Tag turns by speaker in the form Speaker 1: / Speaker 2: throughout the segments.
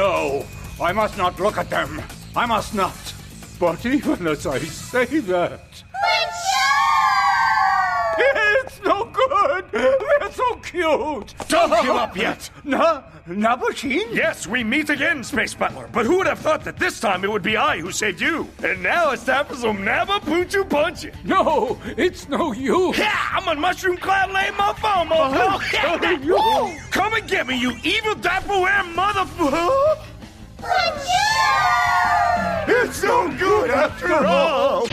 Speaker 1: No, I must not look at them. I must not. But even as I say that, it's no good. They're so cute.
Speaker 2: Don't give up yet.
Speaker 1: Na, Nabushin?
Speaker 2: Yes, we meet again, Space Butler. But who would have thought that this time it would be I who saved you? And now it's time for some Nabba Poochu Punchin.
Speaker 1: No, it's no use.
Speaker 2: Yeah, I'm on Mushroom Cloud Lane, my phone,
Speaker 1: you.
Speaker 2: Come and get me, you evil dapperware motherfucker! It's so good after all!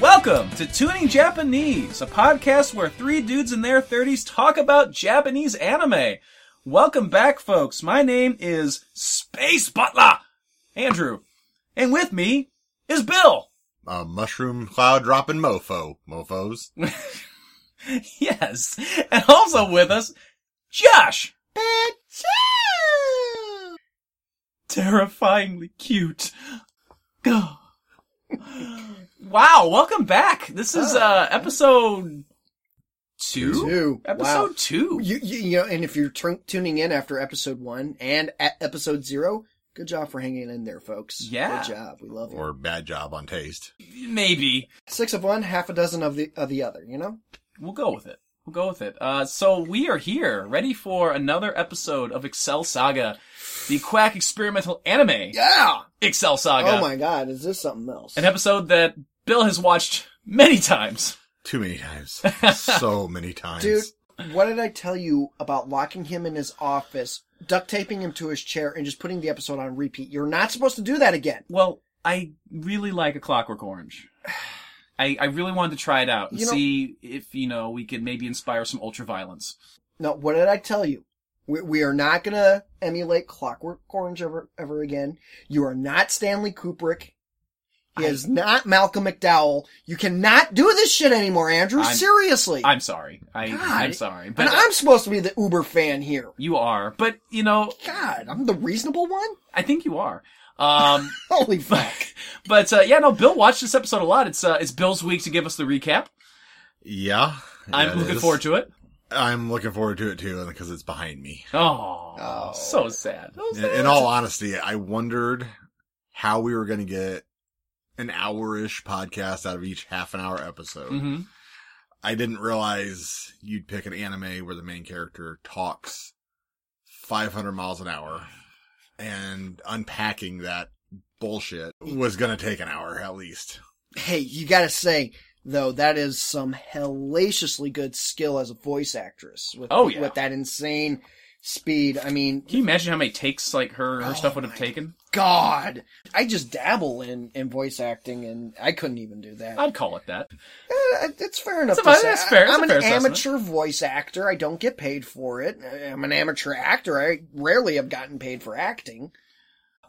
Speaker 3: Welcome to Tuning Japanese, a podcast where three dudes in their 30s talk about Japanese anime. Welcome back, folks. My name is Space Butler, Andrew. And with me is Bill.
Speaker 4: a mushroom cloud dropping mofo, mofos.
Speaker 3: Yes. And also with us, Josh. Terrifyingly cute. wow, welcome back. This is uh episode two.
Speaker 5: Two.
Speaker 3: Episode
Speaker 5: Wow.
Speaker 3: two.
Speaker 5: You, you, you know, and if you're tun- tuning in after episode one and at episode zero, good job for hanging in there, folks.
Speaker 3: Yeah.
Speaker 5: Good job. We love you.
Speaker 4: or bad job on taste.
Speaker 3: Maybe.
Speaker 5: Six of one, half a dozen of the of the other, you know?
Speaker 3: We'll go with it. We'll go with it. Uh, so we are here, ready for another episode of Excel Saga, the quack experimental anime
Speaker 5: Yeah.
Speaker 3: Excel Saga.
Speaker 5: Ah! Oh my god, is this something else?
Speaker 3: An episode that Bill has watched many times.
Speaker 4: Too many times. so many times.
Speaker 5: Dude, what did I tell you about locking him in his office, duct taping him to his chair, and just putting the episode on repeat? You're not supposed to do that again.
Speaker 3: Well, I really like A Clockwork Orange. I, I really wanted to try it out and
Speaker 5: You know-
Speaker 3: see if, you know, we could maybe inspire some ultra violence.
Speaker 5: No, what did I tell you? We, we are not gonna emulate Clockwork Orange ever, ever again. You are not Stanley Kubrick. He is not Malcolm McDowell. You cannot do this shit anymore, Andrew.
Speaker 3: I'm-
Speaker 5: Seriously.
Speaker 3: I'm sorry. I,
Speaker 5: God.
Speaker 3: I'm sorry. But
Speaker 5: and I'm supposed to be the Uber fan here.
Speaker 3: you are. But, you know,
Speaker 5: God, I'm the reasonable one?
Speaker 3: I think you are. Um,
Speaker 5: Holy fuck.
Speaker 3: But uh, yeah, no, Bill watched this episode a lot. It's uh, it's Bill's week to give us the recap.
Speaker 4: yeah.
Speaker 3: I'm looking forward to it.
Speaker 4: I'm looking forward to it too because it's behind me.
Speaker 3: Oh, so sad.
Speaker 4: In, in all honesty, I wondered how we were going to get an hour-ish podcast out of each half an hour episode.
Speaker 3: Mhm.
Speaker 4: I didn't realize you'd pick an anime where the main character talks 500 miles an hour and unpacking that bullshit was going to take an hour at least.
Speaker 5: Hey, you gotta say, though, that is some hellaciously good skill as a voice actress. With,
Speaker 3: Oh, yeah.
Speaker 5: With that insane speed. I mean,
Speaker 3: Can you imagine how many takes like her her stuff would have
Speaker 5: my
Speaker 3: taken?
Speaker 5: God, I just dabble in, in voice acting, and I couldn't even do that.
Speaker 3: I'd call it that.
Speaker 5: Eh, it's fair enough.
Speaker 3: That's
Speaker 5: to
Speaker 3: about-
Speaker 5: say.
Speaker 3: that's fair, that's
Speaker 5: I'm
Speaker 3: a
Speaker 5: an
Speaker 3: fair assessment.
Speaker 5: amateur voice actor. I don't get paid for it. I'm an amateur actor. I rarely have gotten paid for acting.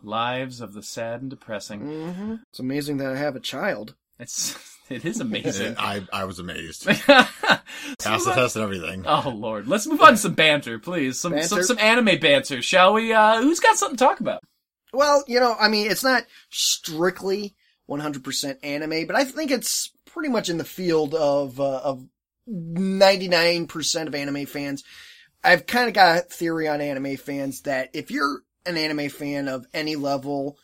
Speaker 3: Lives of the sad and depressing.
Speaker 5: Mm-hmm. It's amazing that I have a child.
Speaker 3: It's it is amazing.
Speaker 4: And I, I was amazed. Pass
Speaker 3: Let's
Speaker 4: the
Speaker 3: move on-
Speaker 4: test and everything.
Speaker 3: Oh lord, let's move on to some banter, please. Some some
Speaker 5: Banter?
Speaker 3: some anime banter, shall we? Uh, who's got something to talk about?
Speaker 5: Well, you know, I mean, it's not strictly 100% anime, but I think it's pretty much in the field of uh, of 99% of anime fans. I've kind of got a theory on anime fans that if you're an anime fan of any level,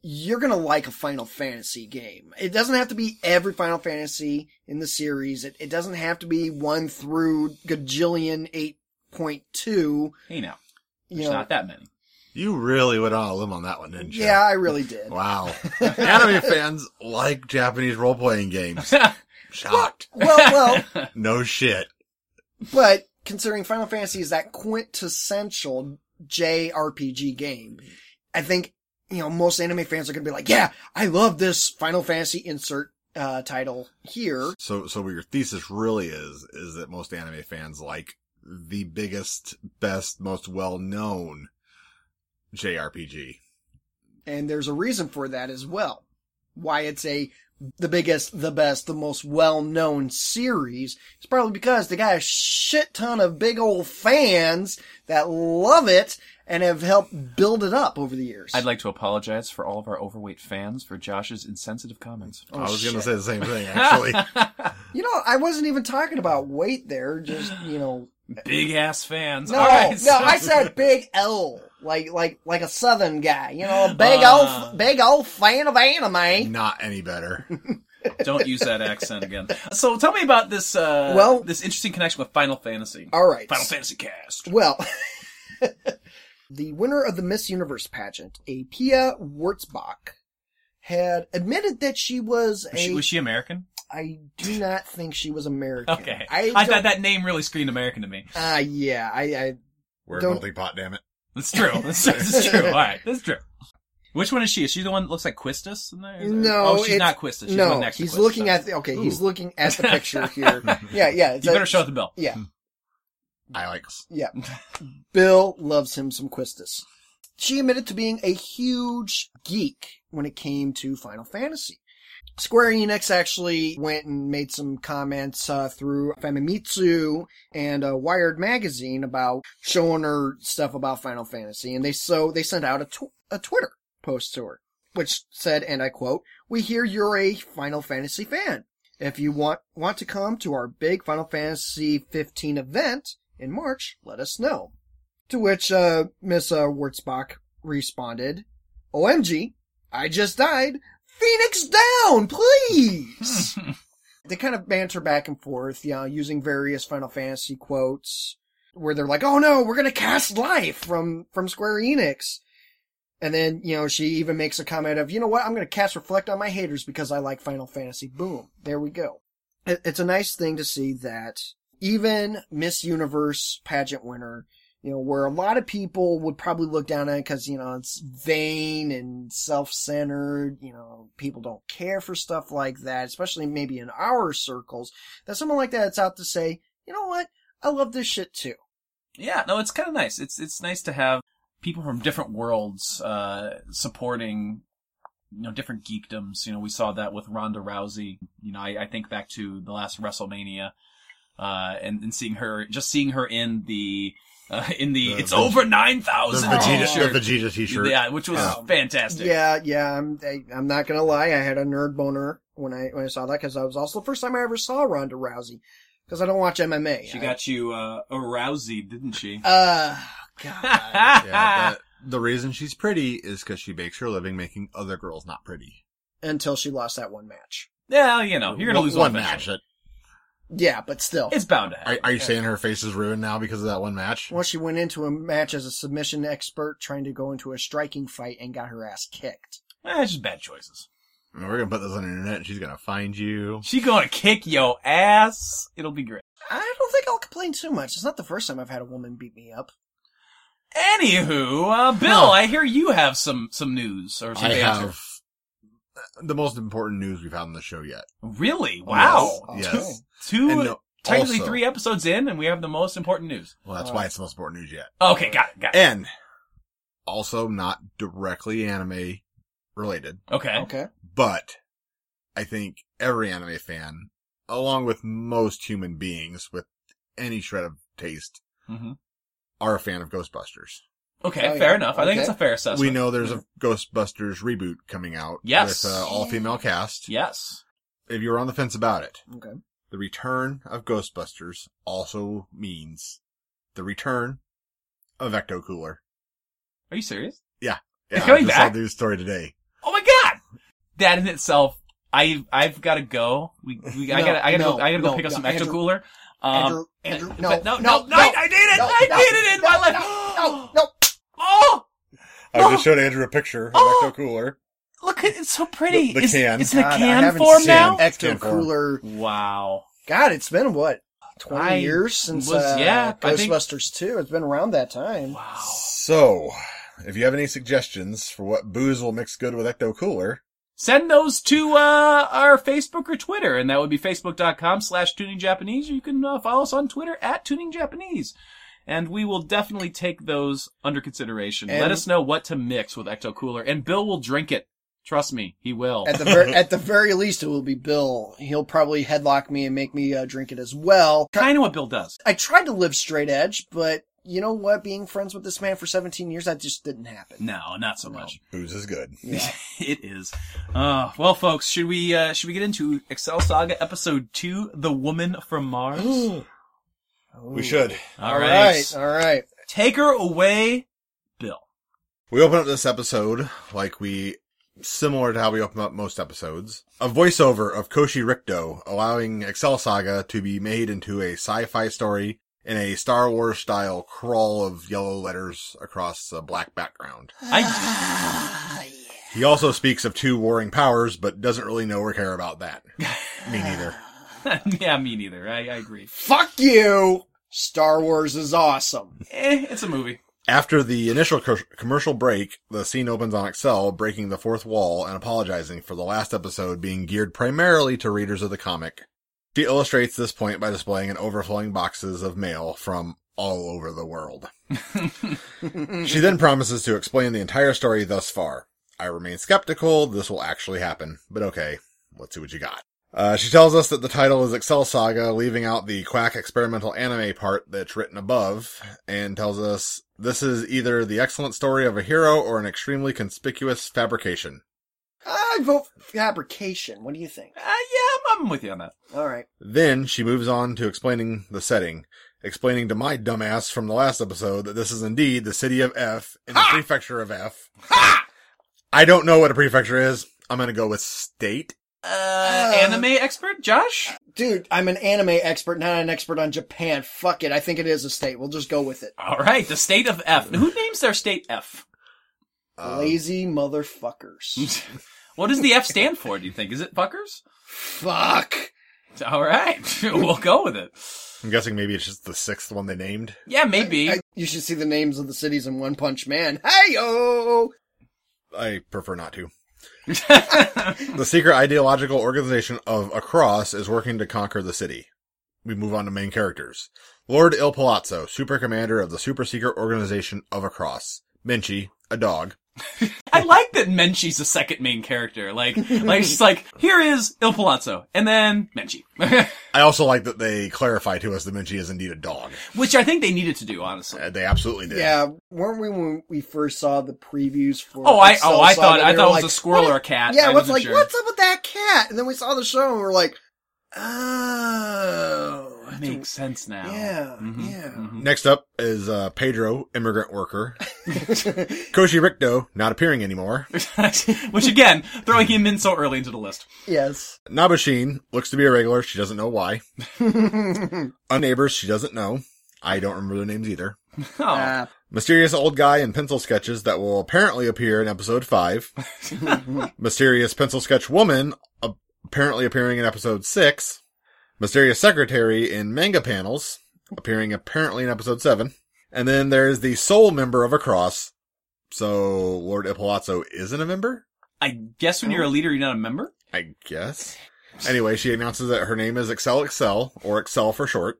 Speaker 5: you're gonna like a Final Fantasy game. It doesn't have to be every Final Fantasy in the series. It, it doesn't have to be one through gajillion 8.2. You
Speaker 3: Hey now, there's
Speaker 5: know,
Speaker 3: not that many.
Speaker 4: You really went on a limb on that one, didn't you?
Speaker 5: yeah, I really did.
Speaker 4: Wow. anime fans like Japanese role-playing games. Shocked.
Speaker 5: Well, well,
Speaker 4: No shit.
Speaker 5: but considering Final Fantasy is that quintessential JRPG game, I think, you know, most anime fans are going to be like, yeah, I love this Final Fantasy insert uh, title here.
Speaker 4: So, so what your thesis really is, is that most anime fans like the biggest, best, most well-known JRPG.
Speaker 5: And there's a reason for that as well. Why it's a, the biggest, the best, the most well-known series is probably because they got a shit ton of big old fans that love it and have helped build it up over the years.
Speaker 3: I'd like to apologize for all of our overweight fans for Josh's insensitive comments.
Speaker 5: Oh,
Speaker 4: I was going to
Speaker 5: shit.
Speaker 4: say the same thing, actually.
Speaker 5: You know, I wasn't even talking about weight there, just, you know,
Speaker 3: Big ass fans.
Speaker 5: No,
Speaker 3: All right,
Speaker 5: no,
Speaker 3: so-
Speaker 5: I said big L, like like like a Southern guy, you know, a big
Speaker 3: Ah.
Speaker 5: old big old fan of anime.
Speaker 4: Not any better.
Speaker 3: Don't use that accent again. So tell me about this. Uh, well,
Speaker 5: Well-
Speaker 3: this interesting connection with Final Fantasy.
Speaker 5: All right,
Speaker 3: Final Fantasy cast.
Speaker 5: well, the winner of the Miss Universe pageant, a Pia Wurzbach, had admitted that she was a.
Speaker 3: Was she, was she American?
Speaker 5: I do not think she was American.
Speaker 3: Okay,
Speaker 5: I,
Speaker 3: I, thought
Speaker 5: don't-
Speaker 3: that name really screamed American to me.
Speaker 5: Ah, yeah, I, I
Speaker 4: We're
Speaker 5: Don't-
Speaker 4: melting pot, damn it.
Speaker 3: That's true. That's, that's true. All right, that's true. Which one is she? Is she the one that looks like Quistis? In there? Is there-
Speaker 5: no.
Speaker 3: oh, she's
Speaker 5: it's-
Speaker 3: not Quistis. She's the
Speaker 5: no,
Speaker 3: one next to
Speaker 5: he's
Speaker 3: Quistis.
Speaker 5: looking at the okay. He's
Speaker 3: Ooh.
Speaker 5: looking at the picture here. yeah, yeah. it's
Speaker 3: You
Speaker 5: a-
Speaker 3: better show the bill.
Speaker 5: Yeah.
Speaker 4: I like
Speaker 5: Yeah. Bill loves him some Quistis. She admitted to being a huge geek when it came to Final Fantasy. Square Enix actually went and made some comments uh, through Famitsu and uh, Wired magazine about showing her stuff about Final Fantasy, and they so they sent out a, tw- a Twitter post to her, which said, and I quote, "We hear you're a Final Fantasy fan. If you want want to come to our big Final Fantasy 15 event in March, let us know." To which uh, Miss uh, Wurzbach responded, "OMG, I just died. Phoenix down, please." they kind of banter back and forth, you know, using various Final Fantasy quotes where they're like, "Oh no, we're gonna cast life from from Square Enix." And then, you know, she even makes a comment of, you know what, I'm going to cast Reflect on my haters because I like Final Fantasy. Boom. There we go. It- It's a nice thing to see that even Miss Universe pageant winner, you know, where a lot of people would probably look down on it because, you know, it's vain and self-centered, you know, people don't care for stuff like that, especially maybe in our circles, that someone like that's out to say, you know what, I love this shit too.
Speaker 3: Yeah, no, it's kind of nice. It's it's nice to have people from different worlds uh, supporting, you know, different geekdoms. You know, we saw that with Ronda Rousey. You know, I, I think back to the last WrestleMania, uh, and and seeing her, just seeing her in the uh, in the,
Speaker 4: The
Speaker 3: it's
Speaker 4: Veg-
Speaker 3: over nine
Speaker 4: the
Speaker 3: thousand
Speaker 4: Vegeta, the Vegeta t-shirt.
Speaker 3: Oh, Yeah, which was
Speaker 4: Yeah.
Speaker 3: fantastic.
Speaker 5: Yeah, yeah. I'm I, I'm not gonna lie. I had a nerd boner when I when I saw that because that was also the first time I ever saw Ronda Rousey because I don't watch MMA.
Speaker 3: She
Speaker 5: I-
Speaker 3: got you uh, aroused, didn't she?
Speaker 5: Uh, God.
Speaker 4: Yeah, that- the reason she's pretty is because she makes her living making other girls not pretty.
Speaker 5: Until she lost that one match.
Speaker 3: yeah, you know, you're gonna
Speaker 4: One-
Speaker 3: lose
Speaker 4: one
Speaker 3: all
Speaker 4: match.
Speaker 3: eventually.
Speaker 5: Yeah, but still.
Speaker 3: It's bound to happen.
Speaker 4: Are, are you saying her face is ruined now because of that one match?
Speaker 5: Well, she went into a match as a submission expert trying to go into a striking fight and got her ass kicked.
Speaker 3: Eh, it's just bad choices.
Speaker 4: We're gonna put this on the internet. and She's gonna find you.
Speaker 3: She gonna kick yo ass. It'll be great.
Speaker 5: I don't think I'll complain too much. It's not the first time I've had a woman beat me up.
Speaker 3: Anywho, uh, Bill, I hear you have some some news or some
Speaker 4: I
Speaker 3: banter.
Speaker 4: have the most important news we've had on the show yet.
Speaker 3: Really? Wow.
Speaker 5: Oh,
Speaker 4: Yes.
Speaker 5: okay.
Speaker 3: Two,
Speaker 4: And no,
Speaker 3: technically
Speaker 4: also-
Speaker 3: three episodes in, and we have the most important news.
Speaker 4: Well, that's why it's the most important news yet.
Speaker 3: Okay, got it, got it.
Speaker 4: And also not directly anime related,
Speaker 3: Okay.
Speaker 5: Okay.
Speaker 4: but I think every anime fan, along with most human beings with any shred of taste,
Speaker 3: Mhm.
Speaker 4: are a fan of Ghostbusters.
Speaker 3: Okay,
Speaker 5: Oh,
Speaker 3: fair
Speaker 5: yeah.
Speaker 3: enough. I think
Speaker 5: Okay.
Speaker 3: it's a fair assessment.
Speaker 4: we know there's a Ghostbusters reboot coming out
Speaker 3: Yes.
Speaker 4: with uh, all female cast.
Speaker 3: Yes.
Speaker 4: If you were on the fence about it,
Speaker 5: Okay.
Speaker 4: the return of Ghostbusters also means the return of Ecto Cooler.
Speaker 3: Are you serious?
Speaker 4: Yeah,
Speaker 3: coming
Speaker 4: I just saw
Speaker 3: back?
Speaker 4: the news story today.
Speaker 3: Oh my god! That in itself, I I've got to go. We, we I
Speaker 5: No,
Speaker 3: gotta I gotta
Speaker 5: no,
Speaker 3: go, I gotta go
Speaker 5: no,
Speaker 3: pick up
Speaker 5: no,
Speaker 3: some extra
Speaker 5: Andrew-
Speaker 3: cooler. Um,
Speaker 5: Andrew, Andrew,
Speaker 3: but no,
Speaker 5: no, no,
Speaker 3: no, I, I need it!
Speaker 5: no,
Speaker 3: I
Speaker 5: no,
Speaker 3: need it in
Speaker 5: no,
Speaker 3: my life.
Speaker 5: No, no, no.
Speaker 3: Oh,
Speaker 4: I just showed Andrew a picture of
Speaker 3: Oh!
Speaker 4: Ecto Cooler.
Speaker 3: look, it's so pretty.
Speaker 4: The- the
Speaker 3: It's-
Speaker 4: can.
Speaker 3: It's in a
Speaker 5: God, I
Speaker 3: can
Speaker 5: haven't
Speaker 3: form
Speaker 5: seen
Speaker 3: now.
Speaker 4: it.
Speaker 5: Ecto Cooler
Speaker 3: Wow.
Speaker 5: God, it's been what twenty
Speaker 3: I
Speaker 5: years since
Speaker 3: was-
Speaker 5: uh,
Speaker 3: yeah, I think-
Speaker 5: Ghostbusters two. It's been around that time.
Speaker 3: Wow.
Speaker 4: So, if you have any suggestions for what booze will mix good with Ecto Cooler,
Speaker 3: send those to uh, our Facebook or Twitter, and that would be facebook.com slash tuningjapanese, or you can uh, follow us on Twitter at tuningjapanese. And we will definitely take those under consideration. Let
Speaker 5: And-
Speaker 3: us know what to mix with Ecto Cooler, and Bill will drink it. Trust me, he will.
Speaker 5: At the ver- at the very least, it will be Bill. He'll probably headlock me and make me uh, drink it as well.
Speaker 3: kind of what Bill does.
Speaker 5: I tried to live straight edge, but you know what? Being friends with this man for 17 years, that just didn't happen.
Speaker 3: No, not so much.
Speaker 4: Booze is good.
Speaker 3: It is. Uh, well, folks, should we uh, should we get into Excel Saga Episode Two: The Woman from Mars?
Speaker 4: We should.
Speaker 3: All right.
Speaker 5: all right.
Speaker 3: take her away, Bill.
Speaker 4: We open up this episode like we, similar to how we open up most episodes, a voiceover of Koshi Rikdo allowing Excel Saga to be made into a sci-fi story in a Star Wars style crawl of yellow letters across a black background.
Speaker 3: I
Speaker 4: He also speaks of two warring powers, but doesn't really know or care about that. Me neither.
Speaker 3: yeah, me neither. I, I agree.
Speaker 5: Fuck you. Star Wars is awesome.
Speaker 3: Eh, it's a movie.
Speaker 4: After the initial co- commercial break, the scene opens on Excel breaking the fourth wall and apologizing for the last episode being geared primarily to readers of the comic. She illustrates this point by displaying an overflowing boxes of mail from all over the world. she then promises to explain the entire story thus far. I remain skeptical this will actually happen, but okay, let's see what you got. Uh, she tells us that the title is Excel Saga, leaving out the quack experimental anime part that's written above, and tells us this is either the excellent story of a hero or an extremely conspicuous fabrication.
Speaker 5: I vote for fabrication. What do you think?
Speaker 3: Uh, yeah, I'm, I'm with you on that.
Speaker 5: All right.
Speaker 4: Then she moves on to explaining the setting, explaining to my dumbass from the last episode that this is indeed the city of F in the prefecture of F. I don't know what a prefecture is. I'm gonna go with state.
Speaker 3: Uh, anime expert Josh.
Speaker 5: Dude, I'm an anime expert, not an expert on Japan. Fuck it. I think it is a state. We'll just go with it.
Speaker 3: All right, the state of F. Who names their state F? Um,
Speaker 5: Lazy motherfuckers.
Speaker 3: What does the F stand for? Do you think is it fuckers?
Speaker 4: Uh,
Speaker 5: Fuck.
Speaker 3: All right, we'll go with it.
Speaker 4: I'm guessing maybe it's just the sixth one they named.
Speaker 3: Yeah, maybe.
Speaker 5: I- you should see the names of the cities in One Punch Man. Hey yo!
Speaker 4: I prefer not to. the secret ideological organization of Across is working to conquer the city. We move on to main characters. Lord Il Palazzo, super commander of the super secret organization of Across. Minchi, a dog.
Speaker 3: I like that Menchie's the second main character. Like, like she's like, here is Il Palazzo, and then Menchie,
Speaker 4: I also like that they clarify to us that Minchi is indeed a dog.
Speaker 3: which I think they needed to do, honestly.
Speaker 4: Uh, They absolutely did.
Speaker 5: Yeah, weren't we when we first saw the previews for?
Speaker 3: Oh, I-
Speaker 5: Excel
Speaker 3: oh, I
Speaker 5: Saga,
Speaker 3: thought- I
Speaker 5: they were
Speaker 3: thought it was
Speaker 5: like,
Speaker 3: a squirrel
Speaker 5: "What-
Speaker 3: or a cat."
Speaker 5: Yeah,
Speaker 3: I
Speaker 5: I was
Speaker 3: wasn't
Speaker 5: like,
Speaker 3: sure.
Speaker 5: what's up with that cat? And then we saw the show and we are like, oh, that's a-
Speaker 3: Makes sense now.
Speaker 5: yeah,
Speaker 3: Mm-hmm,
Speaker 5: yeah.
Speaker 4: Next up is uh, Pedro, immigrant worker. Koshi Rikdo, not appearing anymore.
Speaker 3: Which again, throwing him in so early into the list.
Speaker 5: Yes,
Speaker 4: Nabashin looks to be a regular. She doesn't know why.
Speaker 5: Oh,
Speaker 4: A neighbors she doesn't know. I don't remember their names either.
Speaker 3: Oh,
Speaker 5: uh,
Speaker 4: Mysterious old guy in pencil sketches that will apparently appear in episode five. Mysterious pencil sketch woman a- apparently appearing in episode six. Mysterious secretary in manga panels appearing apparently in episode seven. And then there's the sole member of a cross. So Lord Ippolito isn't a member,
Speaker 3: I guess when you're a leader, you're not a member.
Speaker 4: I guess. Anyway, she announces that her name is Excel Excel or Excel for short.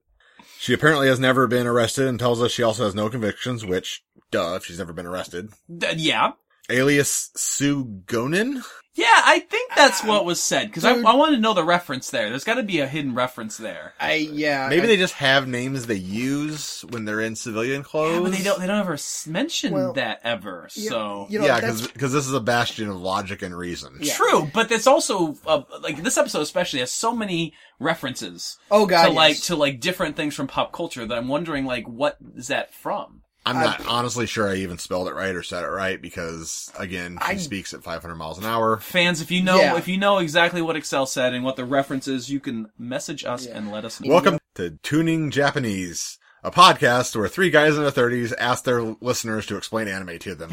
Speaker 4: She apparently has never been arrested and tells us she also has no convictions, which, duh, if she's never been arrested.
Speaker 3: D- yeah,
Speaker 4: alias Sue Gonin.
Speaker 3: yeah. I think that's what was said because I,
Speaker 5: Uh, Dude.
Speaker 3: I wanted to know the reference there. There's got to be a hidden reference there.
Speaker 5: I yeah.
Speaker 4: Maybe
Speaker 5: I-
Speaker 4: they just have names they use when they're in civilian clothes.
Speaker 3: Yeah, but they don't. They don't ever s- mention
Speaker 5: Well,
Speaker 3: that ever. So.
Speaker 5: you know, that's-
Speaker 4: because this is a bastion of logic and reason.
Speaker 5: Yeah.
Speaker 3: True, but it's also uh, like this episode especially has so many references
Speaker 5: Oh, God,
Speaker 3: to like
Speaker 5: yes.
Speaker 3: to like different things from pop culture that I'm wondering like what is that from?
Speaker 4: I'm not honestly sure I even spelled it right or said it right because again, she
Speaker 5: I-
Speaker 4: speaks at 500 miles an hour.
Speaker 3: Fans, if you know
Speaker 5: Yeah.
Speaker 3: if you know exactly what Excel said and what the reference is, you can message us and let us know.
Speaker 4: Welcome to Tuning Japanese, a podcast where three guys in their 30s ask their listeners to explain anime to them.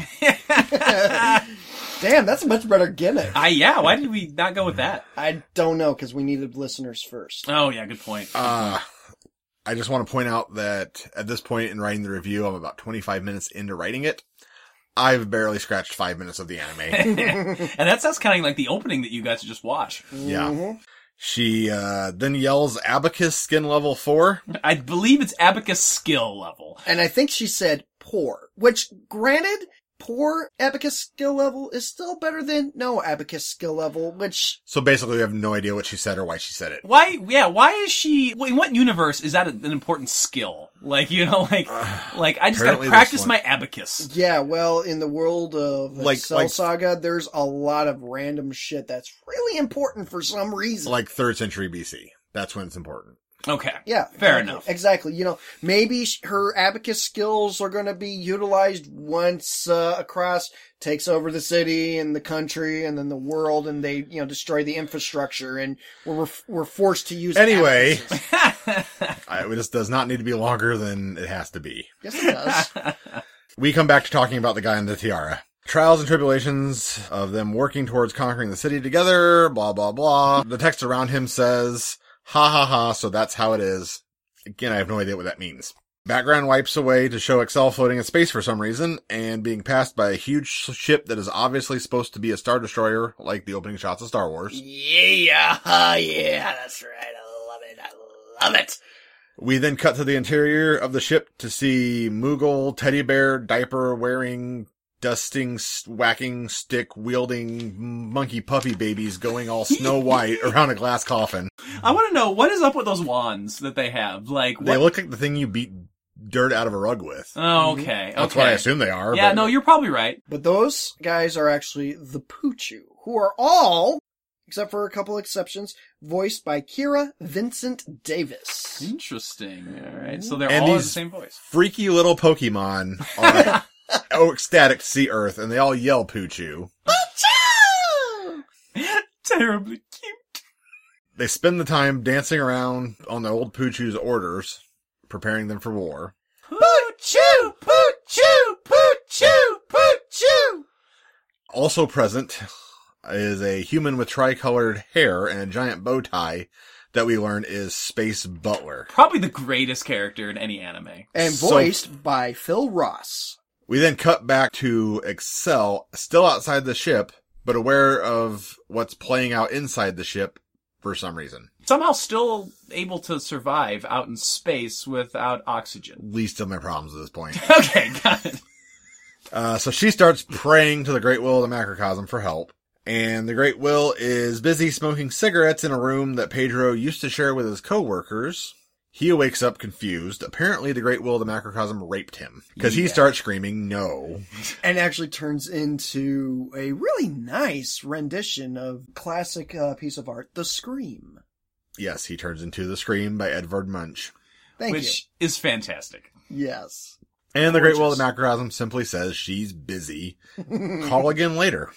Speaker 5: damn, that's a much better gimmick.
Speaker 3: I yeah, why did we not go with that?
Speaker 5: I don't know because we needed listeners first.
Speaker 3: Oh yeah, good point.
Speaker 4: Uh, I just want to point out that at this point in writing the review, I'm about 25 minutes into writing it. I've barely scratched five minutes of the anime.
Speaker 3: And that's that's counting like the opening that you guys just watched.
Speaker 4: yeah. She uh, then yells abacus skin level four.
Speaker 3: I believe it's abacus skill level.
Speaker 5: And I think she said poor, which granted, poor abacus skill level is still better than no abacus skill level, which
Speaker 4: So basically, we have no idea what she said or why she said it.
Speaker 3: Why? Yeah. Why is she? In what universe is that an important skill? Like you know, like like I just gotta
Speaker 4: Apparently this
Speaker 3: practice
Speaker 4: one.
Speaker 3: my abacus.
Speaker 5: yeah, well, in the world of like,
Speaker 4: Like-
Speaker 5: Cell
Speaker 4: like-
Speaker 5: Saga, there's a lot of random shit that's really important for some reason.
Speaker 4: Like third century BC. That's when it's important.
Speaker 3: Okay.
Speaker 5: yeah,
Speaker 3: Fair
Speaker 5: exactly,
Speaker 3: enough.
Speaker 5: Exactly. You know, maybe sh- her abacus skills are going to be utilized once uh, across takes over the city and the country and then the world, and they you know destroy the infrastructure, and we're we're forced to use.
Speaker 4: Anyway.
Speaker 5: abacuses.
Speaker 4: I, this does not need to be longer than it has to be.
Speaker 5: Yes, it does.
Speaker 4: We come back to talking about the guy in the tiara. Trials and tribulations of them working towards conquering the city together, blah, blah, blah. The text around him says, ha ha ha, so that's how it is. Again, I have no idea what that means. Background wipes away to show Excel floating in space for some reason and being passed by a huge ship that is obviously supposed to be a Star Destroyer, like the opening shots of Star Wars.
Speaker 5: yeah, uh, yeah, that's right. I love it. I love it.
Speaker 4: We then cut to the interior of the ship to see Moogle, teddy bear, diaper wearing, dusting, s- whacking, stick wielding monkey puppy babies going all snow white around a glass coffin.
Speaker 3: I want to know what is up with those wands that they have. Like what?
Speaker 4: They look like the thing you beat dirt out of a rug with.
Speaker 3: oh, okay.
Speaker 4: That's
Speaker 3: okay.
Speaker 4: what I assume they are.
Speaker 3: Yeah.
Speaker 4: but-
Speaker 3: No, you're probably right.
Speaker 5: But those guys are actually the Poochu, who are all, except for a couple exceptions, voiced by Kira Vincent Davis.
Speaker 3: Interesting. All right. So they're
Speaker 4: And
Speaker 3: all in the
Speaker 4: these-
Speaker 3: same voice.
Speaker 4: Freaky little Pokemon are oh, ecstatic to see Earth and they all yell Poochoo.
Speaker 3: Terribly cute.
Speaker 4: They spend the time dancing around on the old Poochoo's orders, preparing them for war.
Speaker 3: Poo-choo, poo-choo, poo-choo, poo-choo.
Speaker 4: Also present is a human with tricolored hair and a giant bow tie that we learn is Space Butler.
Speaker 3: Probably the greatest character in any anime.
Speaker 5: And
Speaker 4: So-
Speaker 5: voiced by Phil Ross.
Speaker 4: We then cut back to Excel, still outside the ship, but aware of what's playing out inside the ship for some reason.
Speaker 3: Somehow still able to survive out in space without oxygen.
Speaker 4: Least of my problems at this point.
Speaker 3: Okay, got it.
Speaker 4: Uh, so she starts praying to the Great Will of the Macrocosm for help. And the Great Will is busy smoking cigarettes in a room that Pedro used to share with his coworkers. He wakes up confused. Apparently, the Great Will of the Macrocosm raped him because he starts screaming, "No!"
Speaker 5: And actually turns into a really nice rendition of classic uh, piece of art, The Scream.
Speaker 4: Yes, he turns into the Scream by Edvard Munch.
Speaker 5: Thank
Speaker 3: Which is fantastic.
Speaker 5: you. Yes.
Speaker 4: And the Great Will of the Macrocosm simply says, "She's busy. Call again later."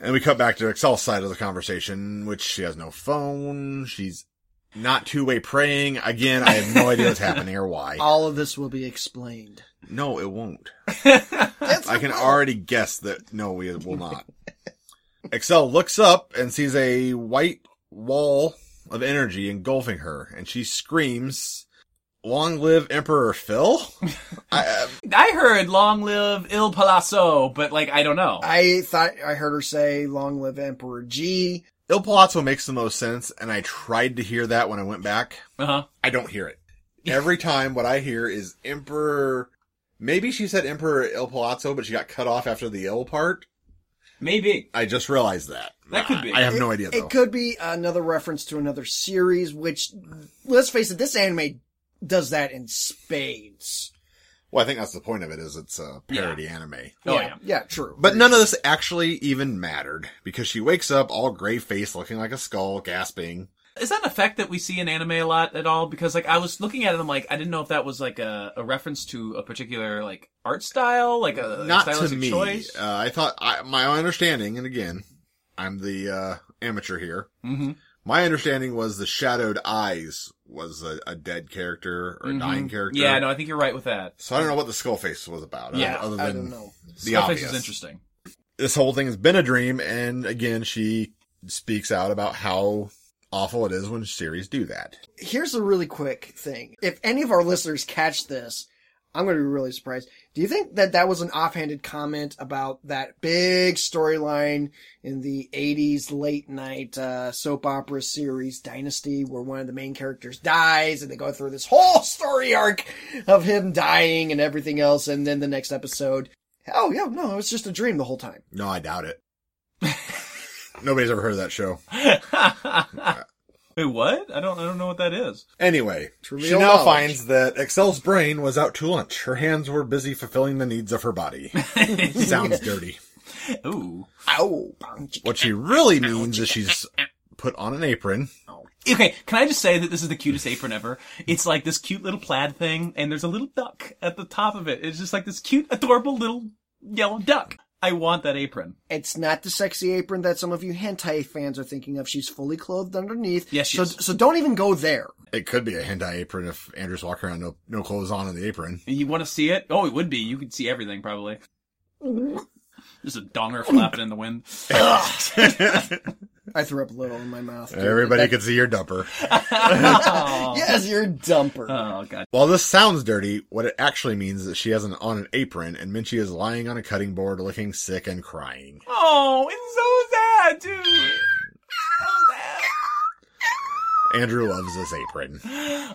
Speaker 4: and we cut back to Excel's side of the conversation, which she has no phone. She's not two-way praying. Again, I have no idea what's happening or why.
Speaker 5: All of this will be explained.
Speaker 4: No, it won't.
Speaker 5: That's
Speaker 4: I can already guess that no, we will not. Excel looks up and sees a white wall of energy engulfing her, and she screams, "Long live Emperor Phil!" I,
Speaker 3: I heard long live Il Palazzo, but like, I don't know.
Speaker 5: I thought I heard her say, long live Emperor G.
Speaker 4: Il Palazzo makes the most sense, and I tried to hear that when I went back.
Speaker 3: Uh-huh.
Speaker 4: I don't hear it. Every time what I hear is Emperor. Maybe she said Emperor Il Palazzo, but she got cut off after the ill part.
Speaker 3: Maybe.
Speaker 4: I just realized that.
Speaker 3: That could be.
Speaker 4: I have no idea though.
Speaker 5: It could be another reference to another series, which, let's face it, this anime does that in spades.
Speaker 4: Well, I think that's the point of it is it's a parody anime.
Speaker 3: Oh, yeah.
Speaker 5: Yeah, true.
Speaker 4: But none of this actually even mattered because she wakes up all gray faced looking like a skull, gasping.
Speaker 3: Is that an effect that we see in anime a lot at all? Because like, I was looking at it, I'm like, I didn't know if that was like a, a reference to a particular like art style, like a
Speaker 4: Not to
Speaker 3: Uh, stylistic
Speaker 4: me.
Speaker 3: choice.
Speaker 4: Uh, I thought I, my understanding, and again, I'm the uh, amateur here.
Speaker 3: mm-hmm.
Speaker 4: My understanding was the shadowed eyes was a, a dead character or a dying character.
Speaker 3: Mm-hmm. Yeah, no, I think you're right with that.
Speaker 4: So I don't know what the skull face was about. uh,
Speaker 3: Yeah,
Speaker 4: other than
Speaker 5: I don't know.
Speaker 4: the
Speaker 3: Skullface
Speaker 4: obvious.
Speaker 3: is interesting.
Speaker 4: This whole thing has been a dream, and again, she speaks out about how awful it is when series do that.
Speaker 5: Here's a really quick thing. If any of our listeners catch this, I'm going to be really surprised. Do you think that that was an offhanded comment about that big storyline in the 80s late night uh, soap opera series Dynasty where one of the main characters dies and they go through this whole story arc of him dying and everything else and then the next episode, oh yeah, no, it was just a dream the whole time.
Speaker 4: No, I doubt it. Nobody's ever heard of that show.
Speaker 3: Wait, what? I don't I don't know what that is.
Speaker 4: Anyway,
Speaker 5: Trivial
Speaker 4: she now
Speaker 5: knowledge.
Speaker 4: finds that Excel's brain was out to lunch. Her hands were busy fulfilling the needs of her body. Sounds dirty.
Speaker 3: Ooh.
Speaker 5: Ow, bong, chick.
Speaker 4: What she really means is she's put on an apron.
Speaker 3: Okay, can I just say that this is the cutest apron ever? It's like this cute little plaid thing, and there's a little duck at the top of it. It's just like this cute, adorable little yellow duck. I want that apron.
Speaker 5: It's not the sexy apron that some of you hentai fans are thinking of. She's fully clothed underneath.
Speaker 3: Yes, she
Speaker 5: so,
Speaker 3: is.
Speaker 5: so don't even go there.
Speaker 4: It could be a hentai apron if Andrew's walking around no, no clothes on in the apron.
Speaker 3: You want to see it? Oh, it would be. You could see everything probably. There's a donger flapping in the wind.
Speaker 5: I threw up a little in my mouth.
Speaker 4: Everybody
Speaker 5: That-
Speaker 4: could see your dumper.
Speaker 5: Yes, you're a dumper.
Speaker 3: Oh god.
Speaker 4: While this sounds dirty, what it actually means is that she has an on an apron and Minchie is lying on a cutting board looking sick and crying.
Speaker 3: Oh, it's so sad, dude.
Speaker 4: Andrew loves this apron.